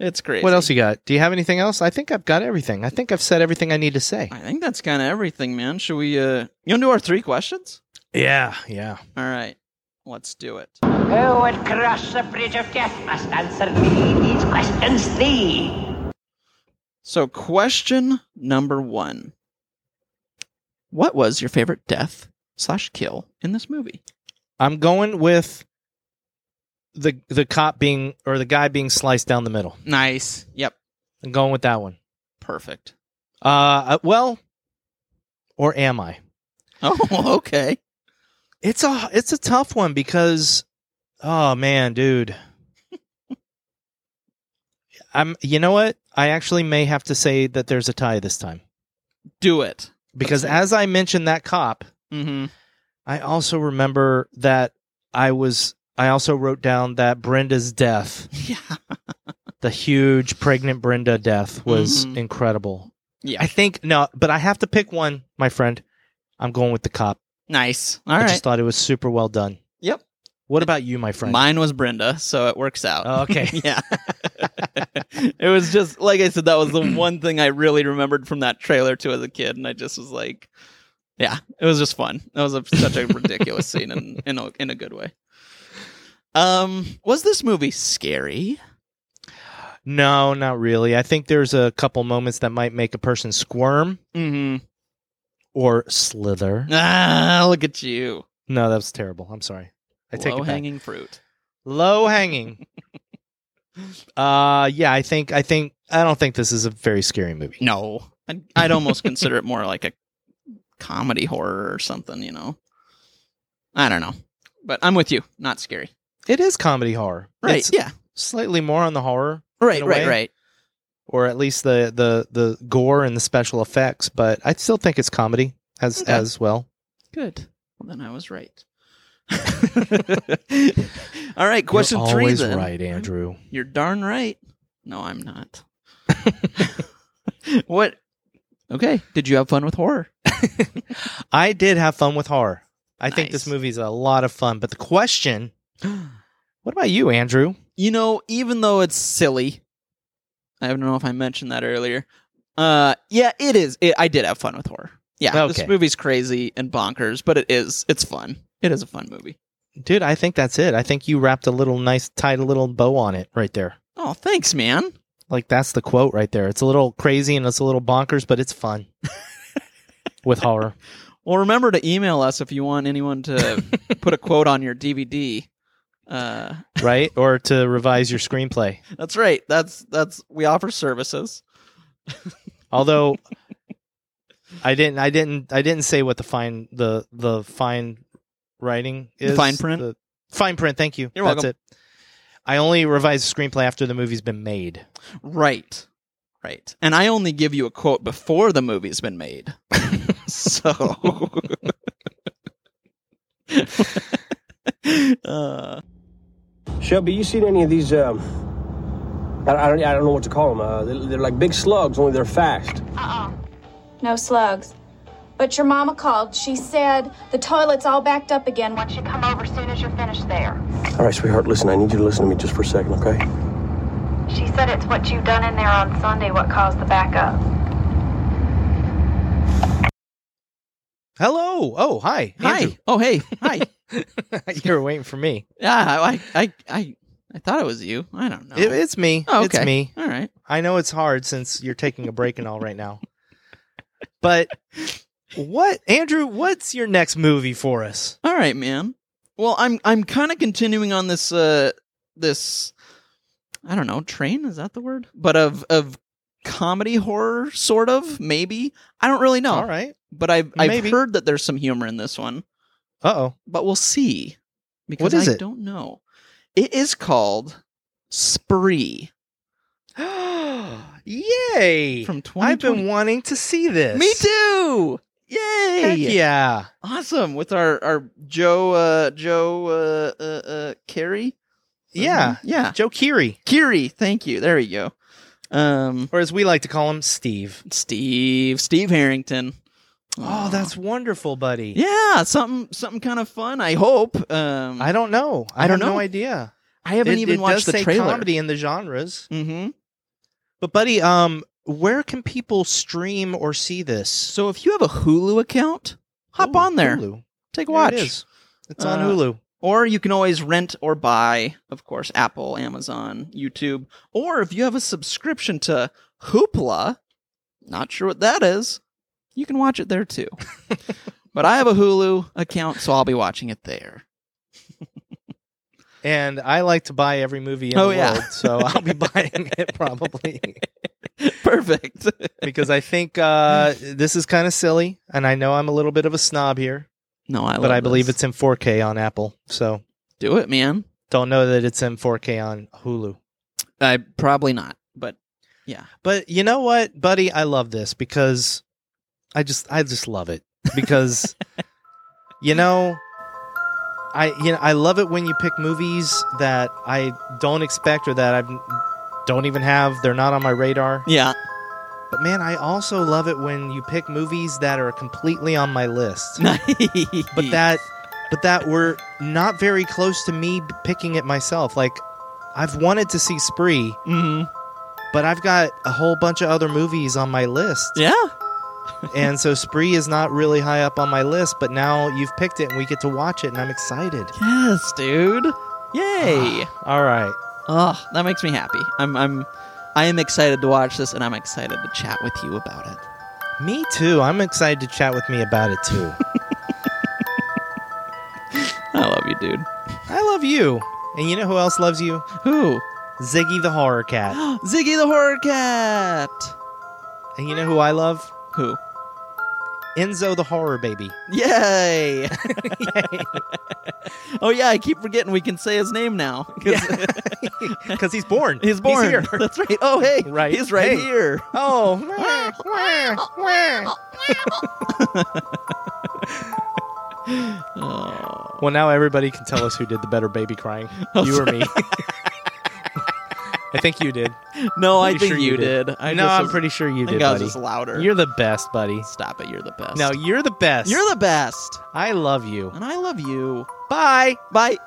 Speaker 3: it's crazy
Speaker 2: What else you got? Do you have anything else? I think I've got everything. I think I've said everything I need to say.
Speaker 3: i think that's kind of everything man should we uh you want to do our three questions
Speaker 2: Yeah, yeah.
Speaker 3: all right let's do it
Speaker 6: Who would cross the bridge of death must answer me these questions, thee.
Speaker 3: So, question number one: What was your favorite death slash kill in this movie?
Speaker 2: I'm going with the the cop being or the guy being sliced down the middle.
Speaker 3: Nice. Yep.
Speaker 2: I'm going with that one.
Speaker 3: Perfect. (laughs)
Speaker 2: Uh, uh, well, or am I?
Speaker 3: Oh, okay.
Speaker 2: It's a it's a tough one because, oh man, dude, (laughs) I'm. You know what? I actually may have to say that there's a tie this time
Speaker 3: Do it.
Speaker 2: because
Speaker 3: That's-
Speaker 2: as I mentioned that cop,
Speaker 3: Mm-hmm.
Speaker 2: I also remember that I was. I also wrote down that Brenda's death,
Speaker 3: Yeah.
Speaker 2: the huge pregnant Brenda death, was
Speaker 3: Mhm.
Speaker 2: incredible.
Speaker 3: Yeah.
Speaker 2: I think no, but I have to pick one, my friend. I'm going with the cop.
Speaker 3: Nice. All
Speaker 2: I
Speaker 3: right.
Speaker 2: just thought it was super well done.
Speaker 3: Yep.
Speaker 2: What about you, my friend?
Speaker 3: Mine was Brenda, so it works out.
Speaker 2: Oh, okay.
Speaker 3: (laughs) yeah. it was just like I said. That was
Speaker 2: (clears throat)
Speaker 3: the one thing I really remembered from that trailer too as a kid, and I just was like, yeah, it was just fun. That was a, such a
Speaker 2: (laughs)
Speaker 3: ridiculous scene in in a, in a good way. Um, was this movie scary?
Speaker 2: no, not really. I think there's a couple moments that might make a person squirm
Speaker 3: Mm-hmm.
Speaker 2: or slither.
Speaker 3: Ah, look at you.
Speaker 2: No, that was terrible. I'm sorry. I take
Speaker 3: Low
Speaker 2: it back.
Speaker 3: hanging fruit.
Speaker 2: Low
Speaker 3: (laughs)
Speaker 2: hanging. uh yeah, I think I think I don't think this is a very scary movie.
Speaker 3: No, I'd,
Speaker 2: (laughs)
Speaker 3: I'd almost consider it more like a comedy horror or something. You know, I don't know, but I'm with you. Not scary.
Speaker 2: It is comedy horror.
Speaker 3: Right.
Speaker 2: It's
Speaker 3: yeah.
Speaker 2: slightly more on the horror
Speaker 3: Right,
Speaker 2: in a
Speaker 3: right,
Speaker 2: way.
Speaker 3: right.
Speaker 2: or at least the the the gore and the special effects, but I still think it's comedy as
Speaker 3: Okay.
Speaker 2: as well.
Speaker 3: Good. Well, then I was (laughs) right. All right, question
Speaker 2: You're
Speaker 3: three.
Speaker 2: always
Speaker 3: then.
Speaker 2: right, Andrew.
Speaker 3: You're darn right. No, I'm (laughs) not. what? Okay. Did you have fun with horror?
Speaker 2: I did have fun with horror. I think this
Speaker 3: Nice.
Speaker 2: movie's a lot of fun. But the question, what about you, Andrew?
Speaker 3: (gasps) You know, even though it's silly, I don't know if I mentioned that earlier. Uh, yeah, it is. It, I did have fun with horror. Yeah,
Speaker 2: Okay.
Speaker 3: this movie's crazy and bonkers, but it is. It's fun. It is a fun movie.
Speaker 2: Dude, I think that's it. I think you wrapped a little nice, tied a little bow on it right there.
Speaker 3: Oh, thanks, man.
Speaker 2: Like that's the quote right there. It's a little crazy and it's a little bonkers, but it's fun with horror.
Speaker 3: Well, remember to email us if you want anyone (laughs) to put a quote on your DVD. Uh,
Speaker 2: right? Or to revise your screenplay.
Speaker 3: that's right. That's that's we offer services.
Speaker 2: Although I didn't, I didn't, I didn't say what the fine the the fine writing is.
Speaker 3: fine print?
Speaker 2: The- fine print. Thank you.
Speaker 3: You're
Speaker 2: That's
Speaker 3: welcome.
Speaker 2: it. I only revise the screenplay after the movie's been made.
Speaker 3: Right. Right. And I only give you a quote before the movie's been (laughs) made. so. uh,
Speaker 7: Shelby, you seen any of these? Um, I, I don't, I don't know what to call them. Uh, they're, they're like big slugs, only they're fast.
Speaker 8: No slugs. But your mama called. She said the toilet's all backed up again. Why don't you come over soon as you're finished there?
Speaker 7: All right, sweetheart, listen. I need you to listen to me just for a second, okay?
Speaker 8: She said it's what you've done in there on Sunday what caused the backup.
Speaker 2: Hello. Oh, hi. Andrew.
Speaker 3: hi. Oh, hey. Hi.
Speaker 2: (laughs) you were waiting for me.
Speaker 3: yeah, I, I, I, I thought it was you. I don't know.
Speaker 2: It- it's me.
Speaker 3: Oh, okay.
Speaker 2: It's me.
Speaker 3: All right.
Speaker 2: I know it's hard since you're taking a break and all right now. But what, Andrew? What's your next movie for us?
Speaker 3: All right, man. Well, I'm I'm kind of continuing on this uh this I don't know, train is that the word? But of of comedy horror sort of, maybe. I don't really know.
Speaker 2: All right.
Speaker 3: But I've I've
Speaker 2: Maybe.
Speaker 3: heard that there's some humor in this one,
Speaker 2: Uh
Speaker 3: (gasps)
Speaker 2: oh.
Speaker 3: but we'll see. Because
Speaker 2: What is
Speaker 3: I
Speaker 2: it?
Speaker 3: don't know. It is called Spree
Speaker 2: Yay!
Speaker 3: from 2020.
Speaker 2: I've been wanting to see this.
Speaker 3: Me too. Yay!
Speaker 2: Heck yeah!
Speaker 3: Awesome with our our Joe uh Joe uh uh, uh Carey.
Speaker 2: Yeah.
Speaker 3: Yeah.
Speaker 2: Joe Keery,
Speaker 3: Kiri, thank you. There you go. Um,
Speaker 2: or as we like to call him, Steve.
Speaker 3: Steve, Steve Harrington.
Speaker 2: Oh, that's wonderful, buddy.
Speaker 3: yeah, something something kind of fun. I hope. Um,
Speaker 2: I don't know. I,
Speaker 3: I don't
Speaker 2: have no
Speaker 3: know.
Speaker 2: idea.
Speaker 3: I haven't
Speaker 2: It-
Speaker 3: even
Speaker 2: it does
Speaker 3: watched
Speaker 2: say
Speaker 3: the trailer.
Speaker 2: Comedy in the genres,
Speaker 3: Mm-hmm.
Speaker 2: but buddy, um, where can people stream or see this?
Speaker 3: So if you have a Hulu account, hop
Speaker 2: Ooh,
Speaker 3: on there,
Speaker 2: Hulu.
Speaker 3: take a
Speaker 2: There
Speaker 3: watch,
Speaker 2: It is. It's on
Speaker 3: Uh,
Speaker 2: Hulu.
Speaker 3: or you can always rent or buy. Of course, Apple, Amazon, YouTube, or if you have a subscription to Hoopla, not sure what that is, you can watch it
Speaker 2: (laughs)
Speaker 3: there too. but I have a Hulu account, so I'll be watching it there.
Speaker 2: And I like to buy every movie in
Speaker 3: Oh,
Speaker 2: the
Speaker 3: yeah.
Speaker 2: world,
Speaker 3: (laughs)
Speaker 2: so I'll be buying it (laughs) probably
Speaker 3: Perfect.
Speaker 2: because I think uh, this is kind of silly, and I know I'm a little bit of a snob here.
Speaker 3: No, I.
Speaker 2: but
Speaker 3: love
Speaker 2: I believe
Speaker 3: this.
Speaker 2: it's in 4K on Apple. So
Speaker 3: do it, man.
Speaker 2: don't know that it's in 4K on Hulu.
Speaker 3: I probably not, but
Speaker 2: But you know what, buddy? I love this because I just I just love it
Speaker 3: (laughs)
Speaker 2: because you know I you know I love it when you pick movies that I don't expect or that I don't even have. They're not on my radar.
Speaker 3: yeah, (laughs)
Speaker 2: But man, I also love it when you pick movies that are completely on my list. but
Speaker 3: but
Speaker 2: that but that were not very close to me picking it myself like i've wanted to see spree but i've got a whole bunch of other movies on my list
Speaker 3: (laughs) yeah,
Speaker 2: and so spree is not really high up on my list but now you've picked it and we get to watch it and i'm excited
Speaker 3: yes, dude, yay!
Speaker 2: all right
Speaker 3: oh, that makes me happy. I'm, I'm, I am excited to watch this, and I'm excited to chat with you about it.
Speaker 2: me too i'm excited to chat with me about it too
Speaker 3: I love you, dude.
Speaker 2: (laughs) i love you and you know who else loves you
Speaker 3: Who?
Speaker 2: ziggy the horror (gasps) cat
Speaker 3: Ziggy the horror cat.
Speaker 2: and you know who i love
Speaker 3: Who?
Speaker 2: enzo the horror (laughs) baby
Speaker 3: Yay!
Speaker 2: (laughs)
Speaker 3: oh yeah, I keep forgetting we can say his name now. 'cause
Speaker 2: because he's born
Speaker 3: (laughs) He's born.
Speaker 2: here (laughs)
Speaker 3: That's right. Oh hey,
Speaker 2: Right.
Speaker 3: He's right
Speaker 2: Hey. (laughs)
Speaker 3: here.
Speaker 2: Oh. Well, now everybody can tell us who did the better baby crying.
Speaker 3: Oh,
Speaker 2: You or me. (laughs) I think you did.
Speaker 3: No, I
Speaker 2: Pretty
Speaker 3: think
Speaker 2: sure
Speaker 3: you,
Speaker 2: you did.
Speaker 3: did. I
Speaker 2: no,
Speaker 3: just
Speaker 2: I'm
Speaker 3: was-
Speaker 2: pretty sure you
Speaker 3: I
Speaker 2: did,
Speaker 3: think I was
Speaker 2: buddy.
Speaker 3: just louder.
Speaker 2: You're the best, buddy.
Speaker 3: Stop it. You're the best.
Speaker 2: No, you're the best.
Speaker 3: you're the best,
Speaker 2: I love you.
Speaker 3: and I love you.
Speaker 2: Bye.
Speaker 3: Bye.